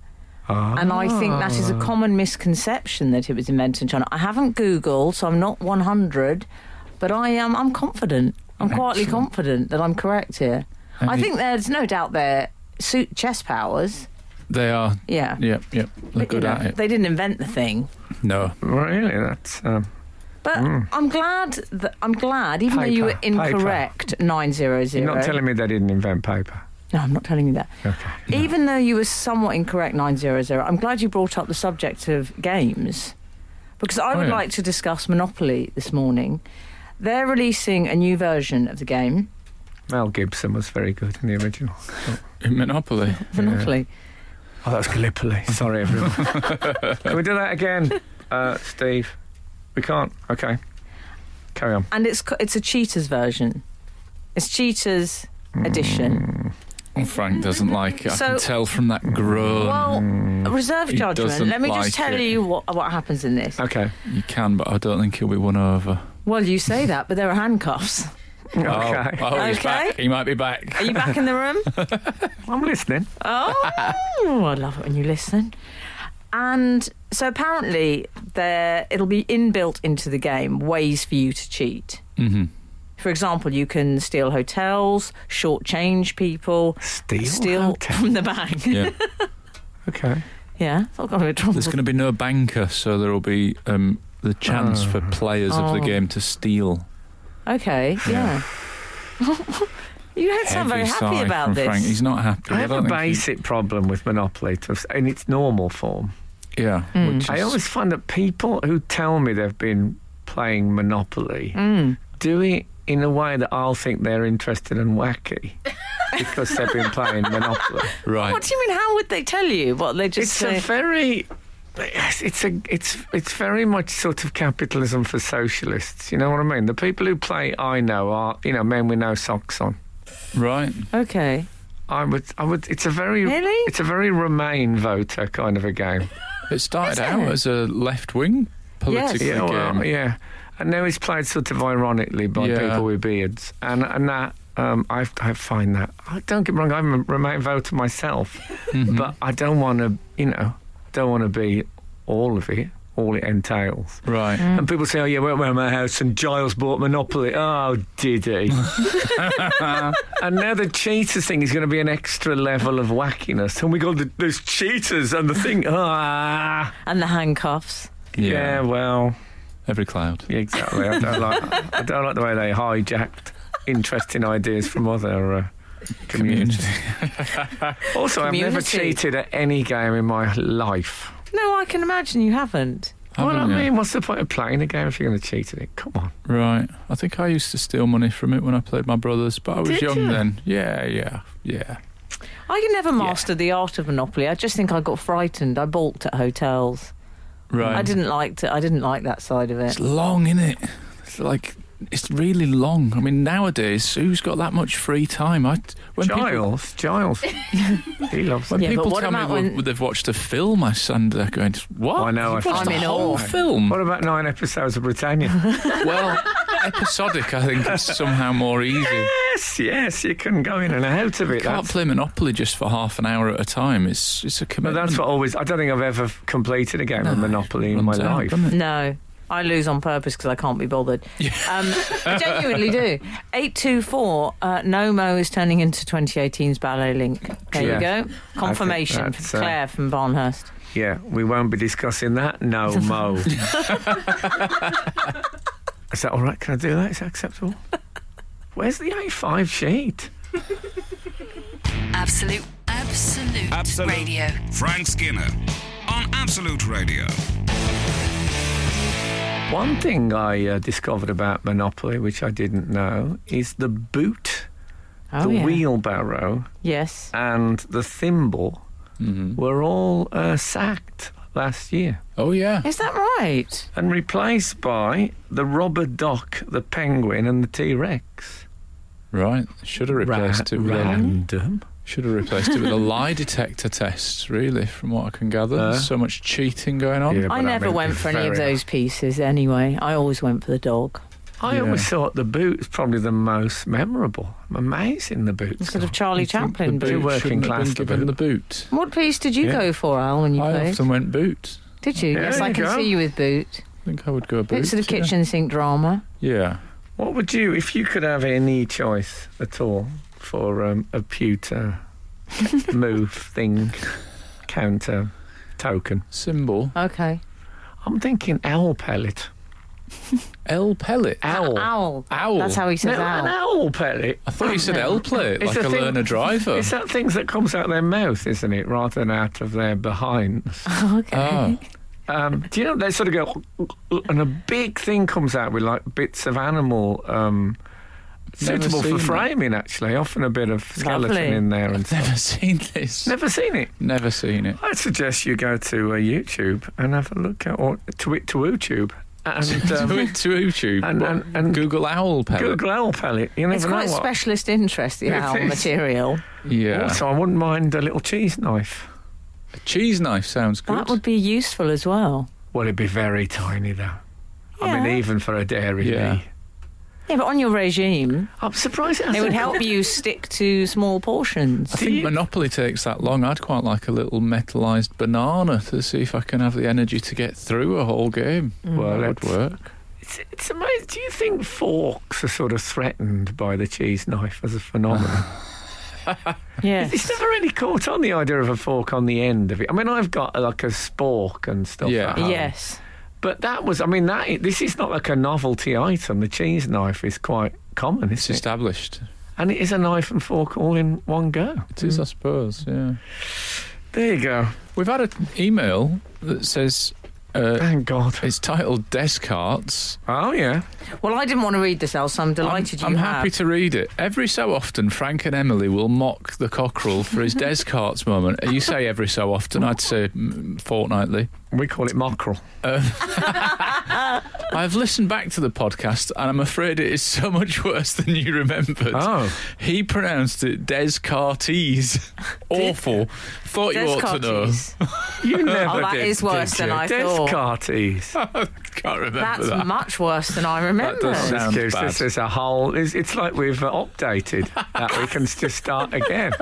S4: And I think that is a
S2: Ah.
S4: common misconception that it was invented in China. I haven't Googled, so I'm not 100, but I am. I'm confident. I'm quietly confident that I'm correct here. I
S3: Any-
S4: think there's no doubt there suit chess powers.
S3: They are.
S4: Yeah.
S3: Yep, yep. They're
S4: But, you
S3: good
S4: know,
S3: at it.
S4: They didn't invent the thing.
S3: No.
S2: Really? That's. Um,
S4: But I'm glad that I'm glad, even though you were
S2: Mm. Paper, paper.
S4: incorrect, nine zero
S2: you're
S4: zero.
S2: not telling me they didn't invent paper.
S4: No, I'm not telling you that.
S2: Okay.
S4: Even though you were somewhat incorrect, 900, I'm glad you brought up the subject of games because I
S3: Oh,
S4: would
S3: yeah.
S4: like to discuss Monopoly this morning. They're releasing a new version of the game,
S2: Mel Gibson was very good in the original.
S3: In Monopoly.
S4: Monopoly.
S2: Oh, that's Gallipoli. *laughs* Sorry,
S3: *laughs*
S2: everyone. Can we do that again, uh, Steve? We can't. Okay. Carry on.
S4: And it's, co- it's a cheaters version. It's cheaters
S3: Mm.
S4: edition.
S3: Well, Oh, Frank doesn't like it. I
S4: So-
S3: can tell from that groan.
S4: Well, reserve
S3: He
S4: judgment.
S3: doesn't
S4: Let me
S3: like
S4: just tell
S3: it.
S4: you what, what happens in this.
S2: Okay.
S3: you can, but I don't think he'll be won over.
S4: Well, you say that, but there are handcuffs.
S2: Okay.
S3: Oh, oh, he's
S4: Okay.
S3: back. He might be back.
S4: Are you back in the room?
S2: I'm listening.
S4: Oh, I love it when you listen. And so apparently, there it'll be inbuilt into the game ways for you to cheat.
S3: hmm
S4: For example, you can steal hotels, shortchange people,
S2: Steel.
S4: steal
S2: Hotel.
S4: from the bank. *laughs* Yeah,
S3: Yeah.
S2: Okay.
S4: it's all got a bit trouble.
S3: There's going to be no banker, so there will be um, the chance for players of the
S4: Oh.
S3: game to steal.
S4: Okay, yeah. *laughs* you don't sound very
S3: Heavy
S4: happy
S3: sigh
S4: about
S3: from
S4: this.
S3: Frank. He's not happy.
S2: I have a
S3: don't think he-
S2: basic problem with Monopoly to, in its normal form.
S3: Yeah.
S4: Hmm.
S3: Which is,
S2: I always find that people who tell me they've been playing Monopoly do it in a way that I'll think they're interested and *laughs* wacky because they've been playing Monopoly. *laughs*
S3: right.
S4: What do you mean? How would they tell you? What they just
S2: It's
S4: say?
S2: a very yes, it's a it's it's very much sort of capitalism for socialists. You know what I mean? The people who play I know are you know men with no socks on.
S3: Right.
S4: okay.
S2: I would. I would. It's a very.
S4: Really?
S2: It's a very Remain voter kind of a game.
S3: It started
S4: Is
S3: out
S4: it?
S3: as a left wing political
S2: yeah.
S3: game.
S2: Well, uh, yeah. And now it's played sort of ironically by
S3: Yeah.
S2: people with beards, and and that. Um, I, I find that. I don't get me wrong. I'm a Remain voter myself,
S3: Mm-hmm.
S2: but I don't want to. You know, don't want to be all of it. All it entails.
S3: Right.
S2: And people say, "Oh yeah, went around my house and Giles bought Monopoly." Oh, did
S3: *laughs*
S2: he? and now the cheaters thing is going to be an extra level of wackiness. And we got the, those cheaters and the thing. Ah,
S4: and the handcuffs.
S3: Yeah.
S2: yeah. Well,
S3: Every cloud.
S2: yeah, exactly. I don't like. I don't like the way they hijacked interesting ideas from other. Uh,
S3: *laughs*
S2: Community. Also, I've never
S4: Community.
S2: cheated at any game in my life.
S4: No, I can imagine you haven't.
S2: What I
S3: Haven't you?
S2: mean, what's the point of playing a game if you're going to cheat at it? Come on.
S3: Right. I think I used to steal money from it when I played my brothers, but I was
S2: Did
S3: young
S2: you?
S3: then. Yeah, yeah, yeah.
S4: I can never master the art of Monopoly. I just think I got frightened. I balked at hotels.
S3: Right.
S4: I didn't like to, I didn't like that side of it.
S3: It's long, innit? It's like it's really long. I mean, nowadays, who's got that much free time? I when people
S2: Giles, Giles, he loves.
S3: when
S4: Yeah, but
S3: people
S4: what
S3: tell me
S4: about
S3: well,
S4: when-
S3: they've watched a film, I stand there going, "What?
S2: I know,
S3: You've
S2: I
S3: watched
S4: find-
S3: the
S4: I'm in
S3: whole
S4: awe.
S3: film."
S2: *laughs* What about nine episodes of
S3: *laughs*
S2: Britannia?
S3: well, episodic, I think, is somehow more easy.
S2: yes, yes, you couldn't go in and out of it.
S3: Can't
S2: That's,
S3: play Monopoly just for half an hour at a time. It's it's a
S2: but
S3: commitment.
S2: that's what always. I don't think I've ever completed a game of Monopoly in my
S3: Runs out,
S2: life.
S3: doesn't it?
S4: No, I lose on purpose because I can't be bothered. Um,
S2: *laughs*
S4: I genuinely do. 824, uh, Nomo is turning into 2018's Ballet Link. There
S2: Yeah.
S4: you go. Confirmation
S2: that's,
S4: from
S2: uh,
S4: Claire from Barnhurst.
S2: Yeah, we won't be discussing that. No, Mo. *laughs* Is that all right? Can I do that? Is that acceptable? Where's the A5 sheet?
S1: Absolute, absolute,
S5: Absolute.
S1: radio.
S5: Frank Skinner on Absolute Radio.
S2: One thing I uh, discovered about Monopoly, which I didn't know, is the boot,
S4: Oh,
S2: the
S4: yeah.
S2: wheelbarrow,
S4: Yes.
S2: and the thimble were all uh, sacked last year
S3: Oh yeah.
S4: Is that right?
S2: and replaced by the rubber duck, the penguin, and the T Rex.
S3: Right. Should have replaced it with a
S2: Random.
S3: should have replaced it with a lie detector test. Really, from what I can gather,
S2: Uh.
S3: There's so much cheating going on.
S2: Yeah.
S4: I
S2: but that
S4: never
S2: may
S4: went
S2: be
S4: for any of
S2: very-
S4: those pieces anyway. I always went for the dog.
S2: I
S3: Yeah.
S2: always thought the boot was probably the most memorable. Amazing, the boot.
S4: Instead of Charlie
S3: You think
S4: Chaplin
S3: the
S2: Too
S3: boot
S4: boot.
S2: working
S3: shouldn't have
S2: class,
S3: Been
S2: the
S3: given
S2: boot.
S3: the boot.
S4: What piece did you
S2: Yeah.
S4: go for, Al, when you
S3: I
S4: played?
S3: often went boot.
S4: Did you?
S2: Yeah,
S4: yes, I
S2: you
S4: can
S2: go.
S4: see you with boot.
S3: I think I would go boot.
S4: Bits of the
S3: yeah.
S4: kitchen sink drama.
S3: Yeah.
S2: What would you, if you could have any choice at all for um, a
S4: *laughs*
S2: pewter move thing counter token?
S3: Symbol.
S4: Okay.
S2: I'm thinking owl pellet.
S3: L pellet.
S2: Owl.
S4: Owl.
S3: Owl.
S4: That's how he
S2: No,
S4: says
S2: an
S4: owl.
S2: owl pellet.
S3: I thought you said
S4: no.
S3: L plate,
S2: It's
S3: like
S2: a
S3: a
S2: thing-
S3: learner driver.
S2: It's that things that comes out their mouth, isn't it, rather than out of their behinds.
S4: Oh, Okay.
S3: Ah,
S2: Um, do you know they sort of go, and a big thing comes out with like bits of animal, um,
S3: Never
S2: suitable for
S3: seen
S2: framing. Actually, often a bit of skeleton
S4: Lovely.
S2: in there,
S4: *laughs*
S2: and
S3: I've never seen this.
S2: never seen it.
S3: Never seen it.
S2: I suggest you go to uh, YouTube and have a look at or to it to YouTube
S4: *laughs*
S2: and
S3: to,
S2: um,
S3: to YouTube.
S2: and-
S3: What?
S2: and- and-
S3: Google owl pellet.
S2: Google owl pellet. You never
S4: It's
S2: know
S4: quite
S2: what.
S4: specialist interest, the
S2: It
S4: owl
S2: is.
S4: material.
S3: Yeah.
S2: Also, I wouldn't mind a little cheese knife.
S3: A cheese knife sounds good.
S4: That would be useful as well.
S2: Well, it'd be very tiny though. I mean,
S4: Yeah.
S2: even for a dairy
S3: Yeah.
S2: bee.
S4: Yeah, but on your regime,
S2: I'm surprised.
S4: it would
S2: hasn't-
S4: help you stick to small portions.
S3: I think
S2: you-
S3: Monopoly takes that long. I'd quite like a little metalised banana to see if I can have the energy to get through a whole game.
S2: Well,
S3: Well, that would
S2: it's-
S3: work.
S2: It's, it's amazing. Do you think forks are sort of threatened by the cheese knife as a phenomenon? *laughs* it's
S4: Yes.
S2: never really caught on the idea of a fork on the end of it. I mean, I've got uh, like a spork and stuff.
S3: Yeah.
S2: at home.
S4: Yes.
S2: But that was, I mean, that i- this is not like a novelty item. The cheese knife is quite common,
S3: It's
S2: isn't it?
S3: established.
S2: And it is a knife and fork all in one go.
S3: It is, I suppose. Yeah.
S2: There you go.
S3: We've had an email that says uh,
S2: Thank God.
S3: it's titled Descartes.
S2: Oh yeah.
S4: Well, I didn't want to read this, Al, so I'm delighted
S3: I'm
S4: you have.
S3: happy to read it. Every so often, Frank and Emily will mock
S4: *laughs*
S3: the cockerel for his Descartes moment. You say every so often, I'd say mm, fortnightly.
S2: We call it mackerel.
S3: I've listened back to the podcast and I'm afraid it is so much worse than you remembered.
S2: Oh.
S3: He pronounced it
S4: *laughs*
S3: Descartes. Awful. Thought you ought to know.
S4: Descartes.
S2: *laughs* You never
S4: Oh, that
S2: did.
S4: is worse
S2: did
S4: than I
S2: you?
S4: thought.
S2: Descartes.
S3: *laughs* Can't remember
S4: That's
S3: that.
S4: much worse than I remember.
S3: does sound-
S2: Excuse
S3: bad.
S2: us, it's a whole. It's, it's like we've uh, updated that we can just start again.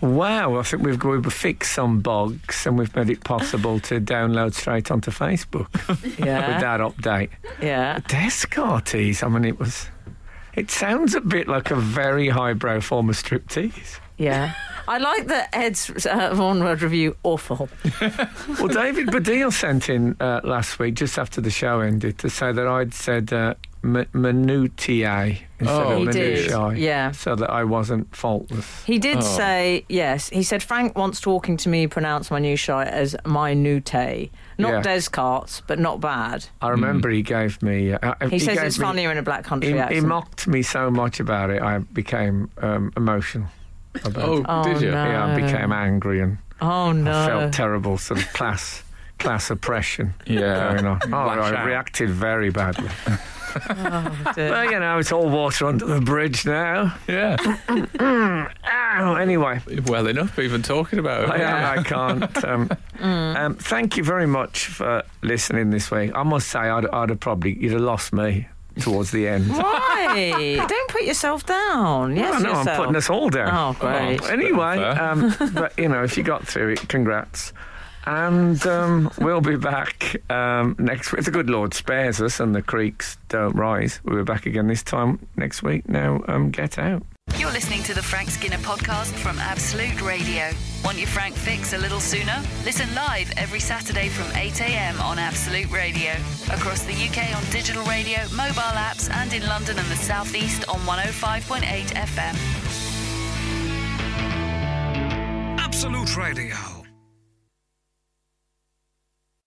S2: wow, I think we've we've fixed some bugs and we've made it possible to download straight onto Facebook with
S4: yeah,
S2: that update.
S4: yeah.
S2: Descartes. I mean, it was. It sounds a bit like a very highbrow form of striptease.
S4: Yeah. I like that Ed's uh, one word review awful.
S2: Well, David Badil sent in uh, last week, just after the show ended, to say that I'd said uh, m- minutiae instead
S3: Oh,
S2: of
S4: he
S3: it
S4: did.
S3: is.
S2: minutiae.
S4: Yeah.
S2: So that I wasn't faultless.
S4: He did
S3: Oh.
S4: say, yes. He said, Frank wants talking to me pronounce my new shy as minute. Not
S2: Yeah.
S4: Descartes, but not bad.
S2: I remember he gave me. Uh,
S4: Mm-hmm. He, says
S2: gave
S4: it's
S2: me-
S4: funnier in a black country
S2: He, he
S4: accent.
S2: mocked me so much about it, I became um, emotional. About
S3: Oh,
S2: it.
S4: Oh,
S3: did you?
S4: no.
S2: Yeah, I became angry and
S4: oh, no.
S2: I felt terrible. Sort of class class oppression.
S3: Yeah.
S2: going
S4: *laughs*
S2: on. Oh,
S3: Lash
S2: I
S3: out.
S2: reacted very badly. *laughs*
S4: Did-
S2: well, you know, it's all water under the bridge now.
S3: Yeah.
S2: Ow!
S4: *laughs*
S2: Anyway,
S3: Well enough, even talking about it.
S2: I, uh, I can't.
S4: *laughs*
S2: Um,
S4: Mm.
S2: um, thank you very much for listening this week. I must say, I'd, I'd have probably you'd have lost me towards the end.
S4: Why? Don't put yourself down. Yes,
S2: Oh, no, I'm
S4: yourself.
S2: putting us all down.
S4: Oh, great.
S3: Oh.
S2: Anyway,
S3: Fair.
S2: um, but you know, if you got through it, congrats. And um, we'll be back um, next week. The good Lord spares us and the creeks don't rise. We'll be back again this time next week. Now, um, get out.
S1: You're listening to the Frank Skinner podcast from Absolute Radio. Want your Frank fix a little sooner? Listen live every Saturday from 8 a.m. on Absolute Radio. Across the UK on digital radio, mobile apps, and in London and the South East on 105.8 FM.
S5: Absolute Radio.